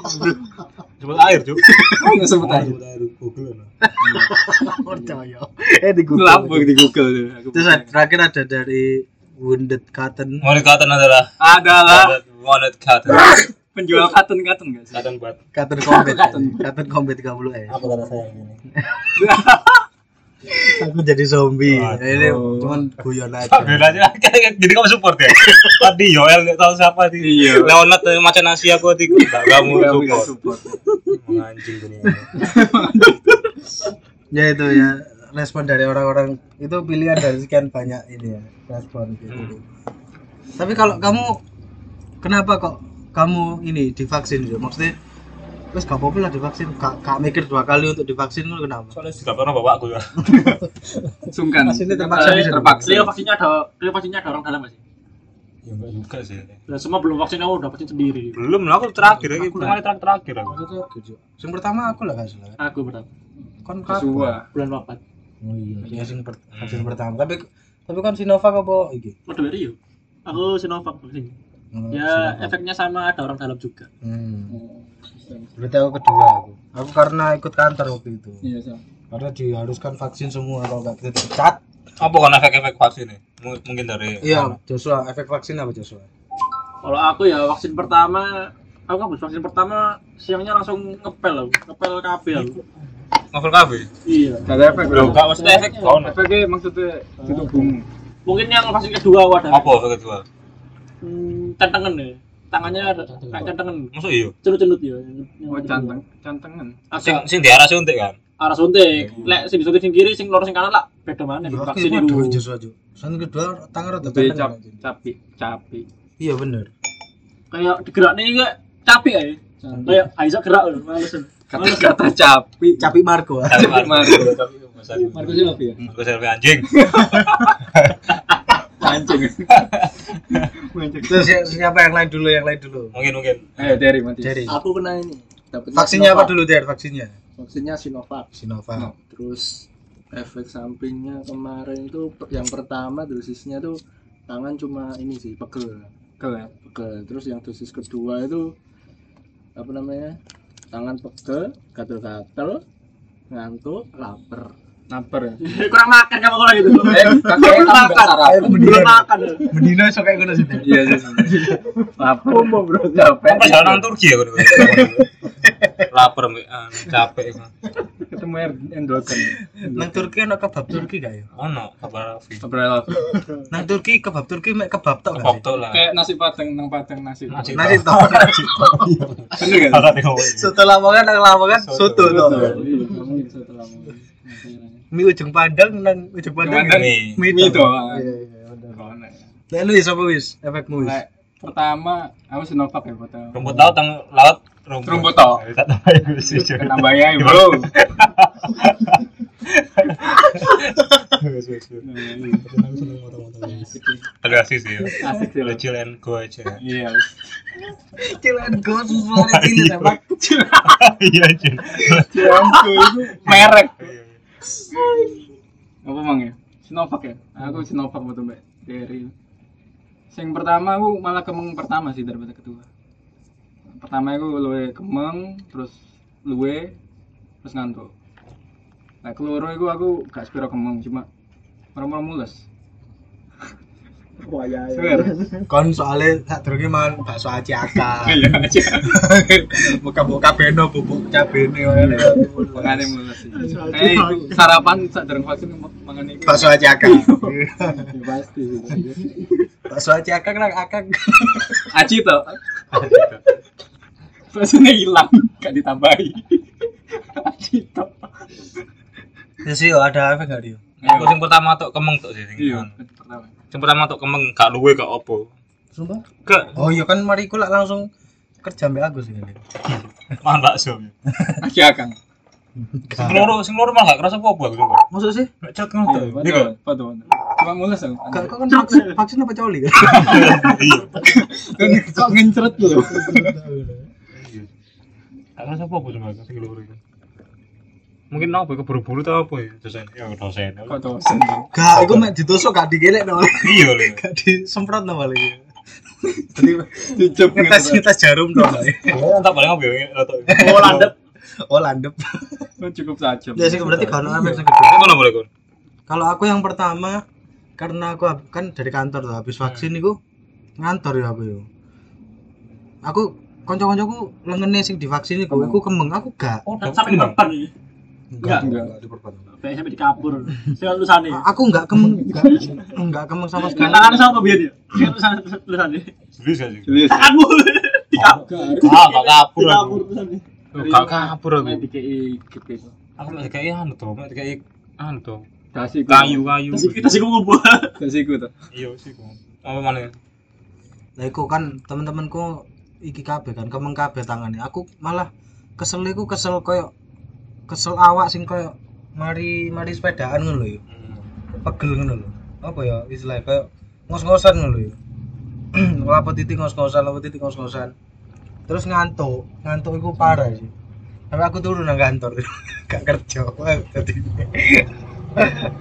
[SPEAKER 2] Semut air, Cuk.
[SPEAKER 4] Nang semut air.
[SPEAKER 2] nah.
[SPEAKER 3] percaya eh di Google.
[SPEAKER 4] Lapor di Google tuh. Aku
[SPEAKER 3] terus ada-
[SPEAKER 4] percaya.
[SPEAKER 3] terakhir ada dari wounded cotton
[SPEAKER 2] Mau dikatakan adalah
[SPEAKER 4] adalah
[SPEAKER 2] Wanted Cotton.
[SPEAKER 4] penjual katen-katen enggak sih?
[SPEAKER 2] Cotton buat
[SPEAKER 3] cotton combat
[SPEAKER 4] Cotton.
[SPEAKER 3] cotton combat 30 eh
[SPEAKER 2] apa kata saya ini?
[SPEAKER 3] aku jadi zombie
[SPEAKER 2] Waduh.
[SPEAKER 3] Nah, ini cuman guyon
[SPEAKER 2] Beda
[SPEAKER 3] aja
[SPEAKER 2] aja. Jadi kamu support ya. Tadi Yoel nggak tahu siapa tadi.
[SPEAKER 4] Iya.
[SPEAKER 2] Leonard eh, dari macan Asia kok tadi. Nggak, Kamu
[SPEAKER 4] Enggak, enggak
[SPEAKER 2] support.
[SPEAKER 4] support.
[SPEAKER 2] Anjing gini.
[SPEAKER 3] ya itu ya respon dari orang-orang itu pilihan dari sekian banyak ini ya respon gitu. tapi kalau kamu kenapa kok kamu ini divaksin gitu maksudnya terus gak apa-apa lah divaksin gak, gak mikir dua kali untuk divaksin lu kenapa
[SPEAKER 2] Soalnya juga pernah bapakku ya.
[SPEAKER 4] Sungkan.
[SPEAKER 3] Maksudnya terpaksa bisa
[SPEAKER 4] terpaksa.
[SPEAKER 5] Rio vaksinnya ada Rio vaksinnya ada orang dalam nggak sih?
[SPEAKER 2] Ya enggak juga sih.
[SPEAKER 5] Lah, semua belum vaksin aku udah vaksin sendiri.
[SPEAKER 2] Belum lah aku terakhir ya. Kemarin terakhir terakhir aku.
[SPEAKER 3] yang pertama aku lah gak salah
[SPEAKER 5] Aku berapa?
[SPEAKER 3] kon
[SPEAKER 4] Suwa.
[SPEAKER 3] kapan?
[SPEAKER 5] Bulan papat.
[SPEAKER 3] oh iya yang per- vaksin pertama tapi tapi kan Sinovac apa iki
[SPEAKER 5] Mau dari Rio. Aku Sinovac vaksinnya.
[SPEAKER 3] Hmm,
[SPEAKER 5] Ya
[SPEAKER 3] Sinovac.
[SPEAKER 5] efeknya sama ada orang dalam juga.
[SPEAKER 3] Hmm. Berarti aku kedua aku. Aku karena ikut kantor waktu itu.
[SPEAKER 4] Iya, sama.
[SPEAKER 3] Karena diharuskan vaksin semua kalau nggak kita dipecat.
[SPEAKER 2] Apa kan efek-efek vaksin ini? M- Mungkin dari
[SPEAKER 3] Iya, Joshua, efek vaksin apa Joshua?
[SPEAKER 5] Kalau aku ya vaksin pertama aku habis vaksin pertama siangnya langsung ngepel aku, ngepel kabel aku.
[SPEAKER 2] novel kafe.
[SPEAKER 5] Iya.
[SPEAKER 4] Gak ada efek
[SPEAKER 2] Loh, enggak maksudnya efek kawan.
[SPEAKER 4] Efeknya maksudnya di tubuhmu.
[SPEAKER 5] Mungkin yang vaksin kedua aku ada
[SPEAKER 2] Apa efek kedua?
[SPEAKER 5] hmm, cantengan ya. Tangannya ada kayak cantengan.
[SPEAKER 2] Maksud iya.
[SPEAKER 5] Celut-celut ya. yang- yang
[SPEAKER 4] Oh,
[SPEAKER 5] kedua.
[SPEAKER 4] canteng, cantengan.
[SPEAKER 2] Sing
[SPEAKER 5] Agak
[SPEAKER 2] sing daerah sih untuk kan.
[SPEAKER 5] arah suntik. Lek sing disuntik sing kiri, sing lor sing kanan lah beda mana
[SPEAKER 3] Iya, aku
[SPEAKER 5] vaksin
[SPEAKER 3] itu dua
[SPEAKER 5] itu.
[SPEAKER 3] Joshua juga. Soalnya kedua tangan rada
[SPEAKER 4] Dia
[SPEAKER 3] pendek.
[SPEAKER 4] cap, capi, capi.
[SPEAKER 3] Iya bener.
[SPEAKER 5] Kayak digerak nih kayak capek ya. Kayak Aiza gerak loh, males. Males.
[SPEAKER 4] Kata-kata capi.
[SPEAKER 3] Capi Marco.
[SPEAKER 2] Tapi
[SPEAKER 4] Marco.
[SPEAKER 2] Marco
[SPEAKER 4] Silvi ya?
[SPEAKER 2] Marco Silvi anjing.
[SPEAKER 4] Mancing. Mancing.
[SPEAKER 3] Terus ya, siapa yang lain dulu? Yang lain dulu.
[SPEAKER 2] Mungkin mungkin.
[SPEAKER 4] Ayo dari mati.
[SPEAKER 3] Jerry.
[SPEAKER 7] Aku kena ini. Dapetnya
[SPEAKER 3] Vaksinnya apa
[SPEAKER 7] Sinovac.
[SPEAKER 3] dulu Der? Vaksinnya?
[SPEAKER 7] Vaksinnya Sinovac.
[SPEAKER 3] Sinovac.
[SPEAKER 7] Terus efek sampingnya kemarin itu per- yang pertama dosisnya tuh tangan cuma ini sih pegel,
[SPEAKER 4] Kau ya.
[SPEAKER 7] pegel. Terus yang dosis kedua itu apa namanya? Tangan pegel, gatel-gatel, ngantuk, lapar.
[SPEAKER 4] Naper ya.
[SPEAKER 5] Kurang makan kamu kalau gitu.
[SPEAKER 4] Eh, kakek kamu nggak sarap.
[SPEAKER 5] Belum makan.
[SPEAKER 3] Mendino sok kayak ngono sih. Der.
[SPEAKER 4] Iya sih. sebenarnya. Lapar. Umum bro. Capek.
[SPEAKER 2] Perjalanan Turki ya kan. Lapar Mbak. Anu, capek.
[SPEAKER 4] Ketemu air endokan.
[SPEAKER 3] Nang Turki ana kebab Turki gak ya?
[SPEAKER 2] Oh no, kabar Rafi.
[SPEAKER 4] Seberapa?
[SPEAKER 3] Nang Turki kebab Turki mek kebab tok Oh, gak sih?
[SPEAKER 2] Kebab lah.
[SPEAKER 4] Kayak nasi pateng, nang pateng nasi.
[SPEAKER 2] Nasi
[SPEAKER 3] Nasi tok. nasi tok.
[SPEAKER 4] Bener kan?
[SPEAKER 2] Kakak tengok.
[SPEAKER 3] Setelah makan nang lamongan soto tok.
[SPEAKER 4] Iya, ngomongin setelah ngomongin.
[SPEAKER 3] mie ujung pandang nang ujung pandang
[SPEAKER 4] Pandang.
[SPEAKER 2] Mie.
[SPEAKER 3] mie
[SPEAKER 4] Mie
[SPEAKER 3] itu
[SPEAKER 4] doang.
[SPEAKER 3] Iya, iya, bener.
[SPEAKER 4] Corona.
[SPEAKER 3] lek lu ya, sapa wis efekmu wis
[SPEAKER 4] Lek, pertama aku senokap ya foto.
[SPEAKER 2] Rumput laut tang laut rumput.
[SPEAKER 4] Rumput laut.
[SPEAKER 2] Tak tambah ya, gue setuju.
[SPEAKER 4] Tambah ya, Bro.
[SPEAKER 2] Wes, wes, wes. Iya. Tapi asik sih. ya.
[SPEAKER 4] Asik sih lo.
[SPEAKER 2] Kecil and go aja.
[SPEAKER 4] Iya.
[SPEAKER 3] cilan gos suara ini tembak
[SPEAKER 2] Iya Jin.
[SPEAKER 4] Jangan itu merek.
[SPEAKER 2] Iya, iya.
[SPEAKER 4] apa mang ya Sinovac ya aku Sinovac betul mbak dari yang pertama aku malah kemeng pertama sih daripada kedua pertama aku luwe kemeng terus luwe terus ngantuk nah keloro itu aku gak sepiro kemeng cuma merem-merem mules
[SPEAKER 7] Wah, ya, ya.
[SPEAKER 4] Swear.
[SPEAKER 3] kon soalnya sak durunge mangan bakso aci aka
[SPEAKER 4] iya aja
[SPEAKER 3] buka-buka beno bubuk cabene ngene
[SPEAKER 4] mangane mules sih kayak itu, sarapan saat dereng vaksin mangane itu
[SPEAKER 3] bakso aci aka
[SPEAKER 7] Ya, pasti sih.
[SPEAKER 3] bakso aci aka nang akak
[SPEAKER 4] aci to vaksinnya hilang gak ditambahi aci to
[SPEAKER 3] ya sih ada efek gak dia
[SPEAKER 2] Aku sing pertama tok kemeng tok sih. sing.
[SPEAKER 4] iya pertama
[SPEAKER 2] Sing pertama tok kemeng gak luwe gak opo.
[SPEAKER 3] sumpah
[SPEAKER 2] Gak
[SPEAKER 3] oh iya kan mari kulak langsung kerja mbak Agus ini
[SPEAKER 2] makan bakso. ya.
[SPEAKER 4] aci akang
[SPEAKER 2] Sing loro sing loro malah gak kerasa apa-apa aku sumpah.
[SPEAKER 3] maksud sih
[SPEAKER 2] Gak cat ngono tok. Iya,
[SPEAKER 4] Iya, foto. Cuma mulus aku.
[SPEAKER 3] gak kok kan vaksin, vaksin apa coli kan
[SPEAKER 2] Iya.
[SPEAKER 4] Kok ngencret lu?
[SPEAKER 2] Gak kerasa apa-apa sumpah aku sing loro iku. Mungkin apa keburu-buru tau apa ya dosen. Ya dosen.
[SPEAKER 4] Kok dosen.
[SPEAKER 3] gak aku mek ditusuk gak digelek no
[SPEAKER 2] Iya lho.
[SPEAKER 3] gak disemprot no lagi jadi
[SPEAKER 4] Cucup
[SPEAKER 3] ngetes ngetes jarum dong
[SPEAKER 2] Tak paling apa ya?
[SPEAKER 3] oh landep oh landep
[SPEAKER 4] Cukup sajam.
[SPEAKER 3] ya sih berarti kalau efek sih
[SPEAKER 2] Kok ngono boleh kon?
[SPEAKER 3] kalau aku yang pertama karena aku hab- kan dari kantor tuh habis vaksin itu ngantor ya aku yo aku konco-koncoku lengene sing divaksin iku aku kemeng aku gak
[SPEAKER 2] Oh,
[SPEAKER 5] sampai di perpan nih
[SPEAKER 4] enggak.
[SPEAKER 3] enggak diperpan.
[SPEAKER 5] kayaknya sampai di kapur saya tulisannya
[SPEAKER 3] A- aku enggak kemeng enggak enggak kemeng sama sekali
[SPEAKER 5] tangan sama biar dia saya tulisan tulisannya
[SPEAKER 2] Serius gak sih?
[SPEAKER 4] Serius.
[SPEAKER 5] tanganmu di kapur
[SPEAKER 2] Ah, gak
[SPEAKER 5] di
[SPEAKER 2] kabur aku.
[SPEAKER 5] kapur tulisannya
[SPEAKER 2] Gak kabur aku.
[SPEAKER 4] DKI gitu.
[SPEAKER 2] Aku mek kayak anu to, mek kayak anu to.
[SPEAKER 4] Dasi
[SPEAKER 2] Kayu-kayu.
[SPEAKER 5] Terus kita sih ngubur
[SPEAKER 4] Dasi ku tuh.
[SPEAKER 2] Iya sih kok. Apa mana?
[SPEAKER 3] lah iku kan teman-temanku iki kabeh kan kemeng kabeh tangannya aku malah kesel iku kesel koyo kesel awak sing koyo mari mari sepedaan ngono lho yo. pegel ngono lho. Apa ya istilahnya kayak ngos-ngosan ngono lho. ya. Lapet titik ngos-ngosan, lapet titik ngos-ngosan. Terus ngantuk, ngantuk iku parah sih. Sampai aku turun nang kantor. Gak kerja. Wah, Jadi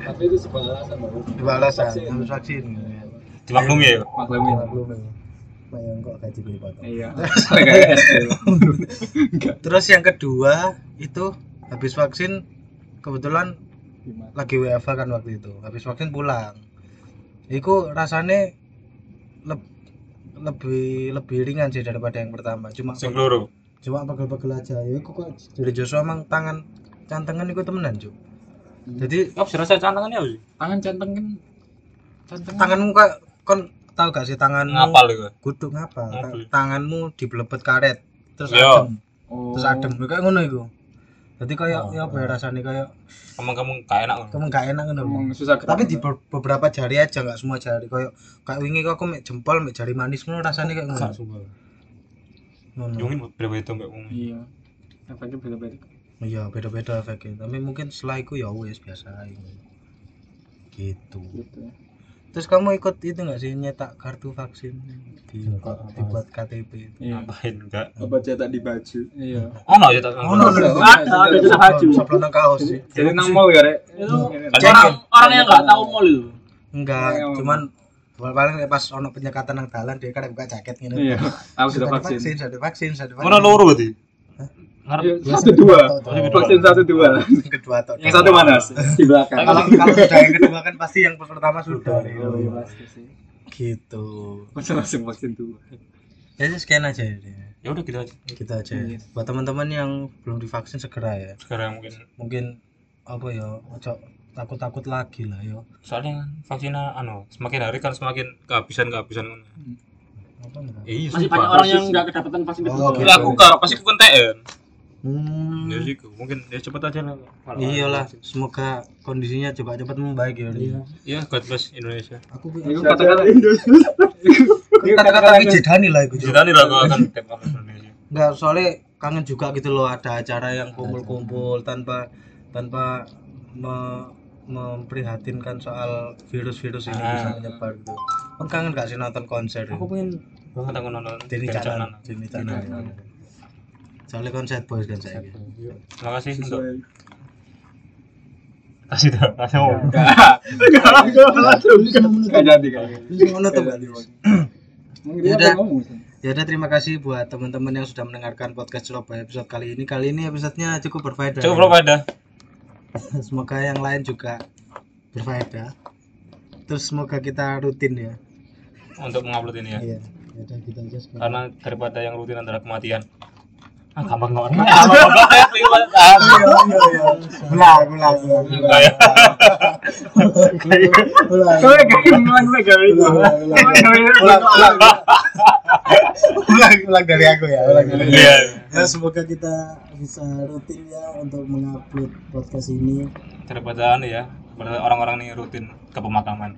[SPEAKER 4] Tapi itu sebuah alasan baru.
[SPEAKER 3] dua alasan harus vaksin. ya.
[SPEAKER 2] Dimaklumi ya.
[SPEAKER 4] Maklumin.
[SPEAKER 3] Maklumin. Bayang kok gaji gue dipotong.
[SPEAKER 4] Iya. Kayak gitu.
[SPEAKER 3] Terus yang kedua itu habis vaksin kebetulan lagi WFH kan waktu itu. Habis vaksin pulang. Iku rasane leb- lebih lebih ringan sih daripada yang pertama. Cuma
[SPEAKER 2] Sing loro.
[SPEAKER 3] cuma pegel-pegel aja. Ya iku kok dari Joshua emang tangan cantengan iku temenan, Cuk. Jadi
[SPEAKER 2] Kok rasa cantangannya apa sih?
[SPEAKER 4] Tangan canteng kan. Canteng.
[SPEAKER 3] tanganmu kok kon tahu gak sih tanganmu
[SPEAKER 2] Ngapal iku.
[SPEAKER 3] guduk ngapa? Ta-
[SPEAKER 2] Ngapal.
[SPEAKER 3] tanganmu dibelebet karet terus
[SPEAKER 2] Iya.
[SPEAKER 3] adem.
[SPEAKER 4] Oh.
[SPEAKER 3] Terus adem kayak ngono iku. Jadi kayak
[SPEAKER 2] Oh.
[SPEAKER 3] ya apa ya rasanya kayak
[SPEAKER 2] Kamu kamu gak enak.
[SPEAKER 3] kamu gak enak ngono.
[SPEAKER 4] Emang susah gerak.
[SPEAKER 3] Hmm, tapi di be- beberapa jari aja nggak semua jari kayak kayak wingi kok aku mek jempol mek jari manis ngono rasanya kayak ngono
[SPEAKER 2] sumpah.
[SPEAKER 3] Ngono.
[SPEAKER 2] Jungin beda-beda mbak Umi.
[SPEAKER 4] Iya. Efeknya beda-beda.
[SPEAKER 3] iya beda-beda efeknya tapi mungkin setelah itu ya wes biasa ae. gitu
[SPEAKER 4] Gitu. ya.
[SPEAKER 3] terus kamu ikut itu nggak sih nyetak kartu vaksin di, dibuat KTP itu
[SPEAKER 4] Iya.
[SPEAKER 2] Ngapain enggak?
[SPEAKER 7] Apa cetak di baju?
[SPEAKER 4] Iya.
[SPEAKER 2] Ono aja tak.
[SPEAKER 3] Oh, no, no, no.
[SPEAKER 5] ada ada jasa baju
[SPEAKER 3] Sablon nang kaos sih
[SPEAKER 4] Jadi nang mall ya, Rek.
[SPEAKER 5] itu
[SPEAKER 2] Cek.
[SPEAKER 5] orang orang yang nggak tahu mall itu
[SPEAKER 3] enggak
[SPEAKER 4] Emang.
[SPEAKER 3] cuman paling pas ono penyekatan nang dalan dia kan buka jaket gitu
[SPEAKER 4] Iya. Aku sudah vaksin.
[SPEAKER 3] vaksin sudah divaksin sudah divaksin
[SPEAKER 2] Ono loro berarti. Ngarep
[SPEAKER 4] Iya, Satu dua.
[SPEAKER 3] Yang
[SPEAKER 2] Kedua.
[SPEAKER 4] Vaksin satu dua.
[SPEAKER 3] kedua atau
[SPEAKER 4] Yang satu mana? Di belakang. Oh,
[SPEAKER 3] kalau kalau sudah yang kedua kan pasti yang pertama sudah
[SPEAKER 4] iya,
[SPEAKER 3] gitu
[SPEAKER 4] Masa langsung vaksin tuh.
[SPEAKER 3] ya sih, sekian aja ini
[SPEAKER 2] ya udah gitu aja.
[SPEAKER 3] kita aja buat teman-teman yang belum divaksin segera ya
[SPEAKER 2] Sekarang mungkin
[SPEAKER 3] mungkin apa ya ojo takut-takut lagi lah yo
[SPEAKER 2] soalnya vaksinnya anu semakin hari kan semakin kehabisan kehabisan ngono.
[SPEAKER 3] apa enggak
[SPEAKER 2] Iya.
[SPEAKER 5] masih
[SPEAKER 2] sumpah.
[SPEAKER 5] banyak orang yang nggak kedapatan vaksin
[SPEAKER 3] Oh,
[SPEAKER 5] kedua
[SPEAKER 3] oke.
[SPEAKER 2] Ya aku karo pas iku kan TN.
[SPEAKER 3] Hmm.
[SPEAKER 2] ya sih mungkin ya cepet aja lah Kalau-
[SPEAKER 3] Iyalah, semoga kondisinya cepat-cepat membaik ya. Li.
[SPEAKER 2] iya God bless Indonesia
[SPEAKER 3] Aku
[SPEAKER 4] Iku kata-kata
[SPEAKER 3] kata-kata Jedani lah itu.
[SPEAKER 2] cerita nih lah gue akan tap up Indonesia
[SPEAKER 3] Enggak, soalnya kangen juga gitu loh ada acara yang kumpul-kumpul tanpa tanpa me- memprihatinkan soal virus-virus ini bisa
[SPEAKER 2] Ah.
[SPEAKER 3] menyebar gitu. Kan kangen gak sih nonton konser?
[SPEAKER 2] aku pengen banget aku nonton Denny
[SPEAKER 3] Deni
[SPEAKER 2] Canan.
[SPEAKER 3] Canan, Deni Canan. Soalnya konser boys kan saya.
[SPEAKER 2] terima kasih untuk kasih dah kasih mau
[SPEAKER 4] Gak jadi kan.
[SPEAKER 2] Eh,
[SPEAKER 3] Menutup gak, Li?
[SPEAKER 4] Mungkin
[SPEAKER 3] Ya
[SPEAKER 4] dia
[SPEAKER 3] udah.
[SPEAKER 4] pengen ngomong. sih.
[SPEAKER 3] Ya udah terima kasih buat teman-teman yang sudah mendengarkan podcast Surabaya episode kali ini. Kali ini episodenya cukup berfaedah. ya.
[SPEAKER 2] cukup berfaedah
[SPEAKER 3] Semoga yang lain juga berfaedah. Terus semoga kita rutin ya.
[SPEAKER 2] untuk mengupload ini ya
[SPEAKER 3] Iya. Ya udah kita aja sekarang.
[SPEAKER 2] karena daripada yang rutin adalah kematian ah gampang ngomong ah goblok ya keliwat ah
[SPEAKER 3] Ulang, ulang, ulang.
[SPEAKER 2] enggak ya
[SPEAKER 3] Ulang. Ulang, ulang. Ulang, ulang. Ulang, ulang dari aku ya. Ulang dari aku.
[SPEAKER 2] iya
[SPEAKER 3] Ya semoga kita bisa rutin ya untuk mengupload podcast ini.
[SPEAKER 2] daripada anu ya daripada orang-orang nih rutin ke pemakaman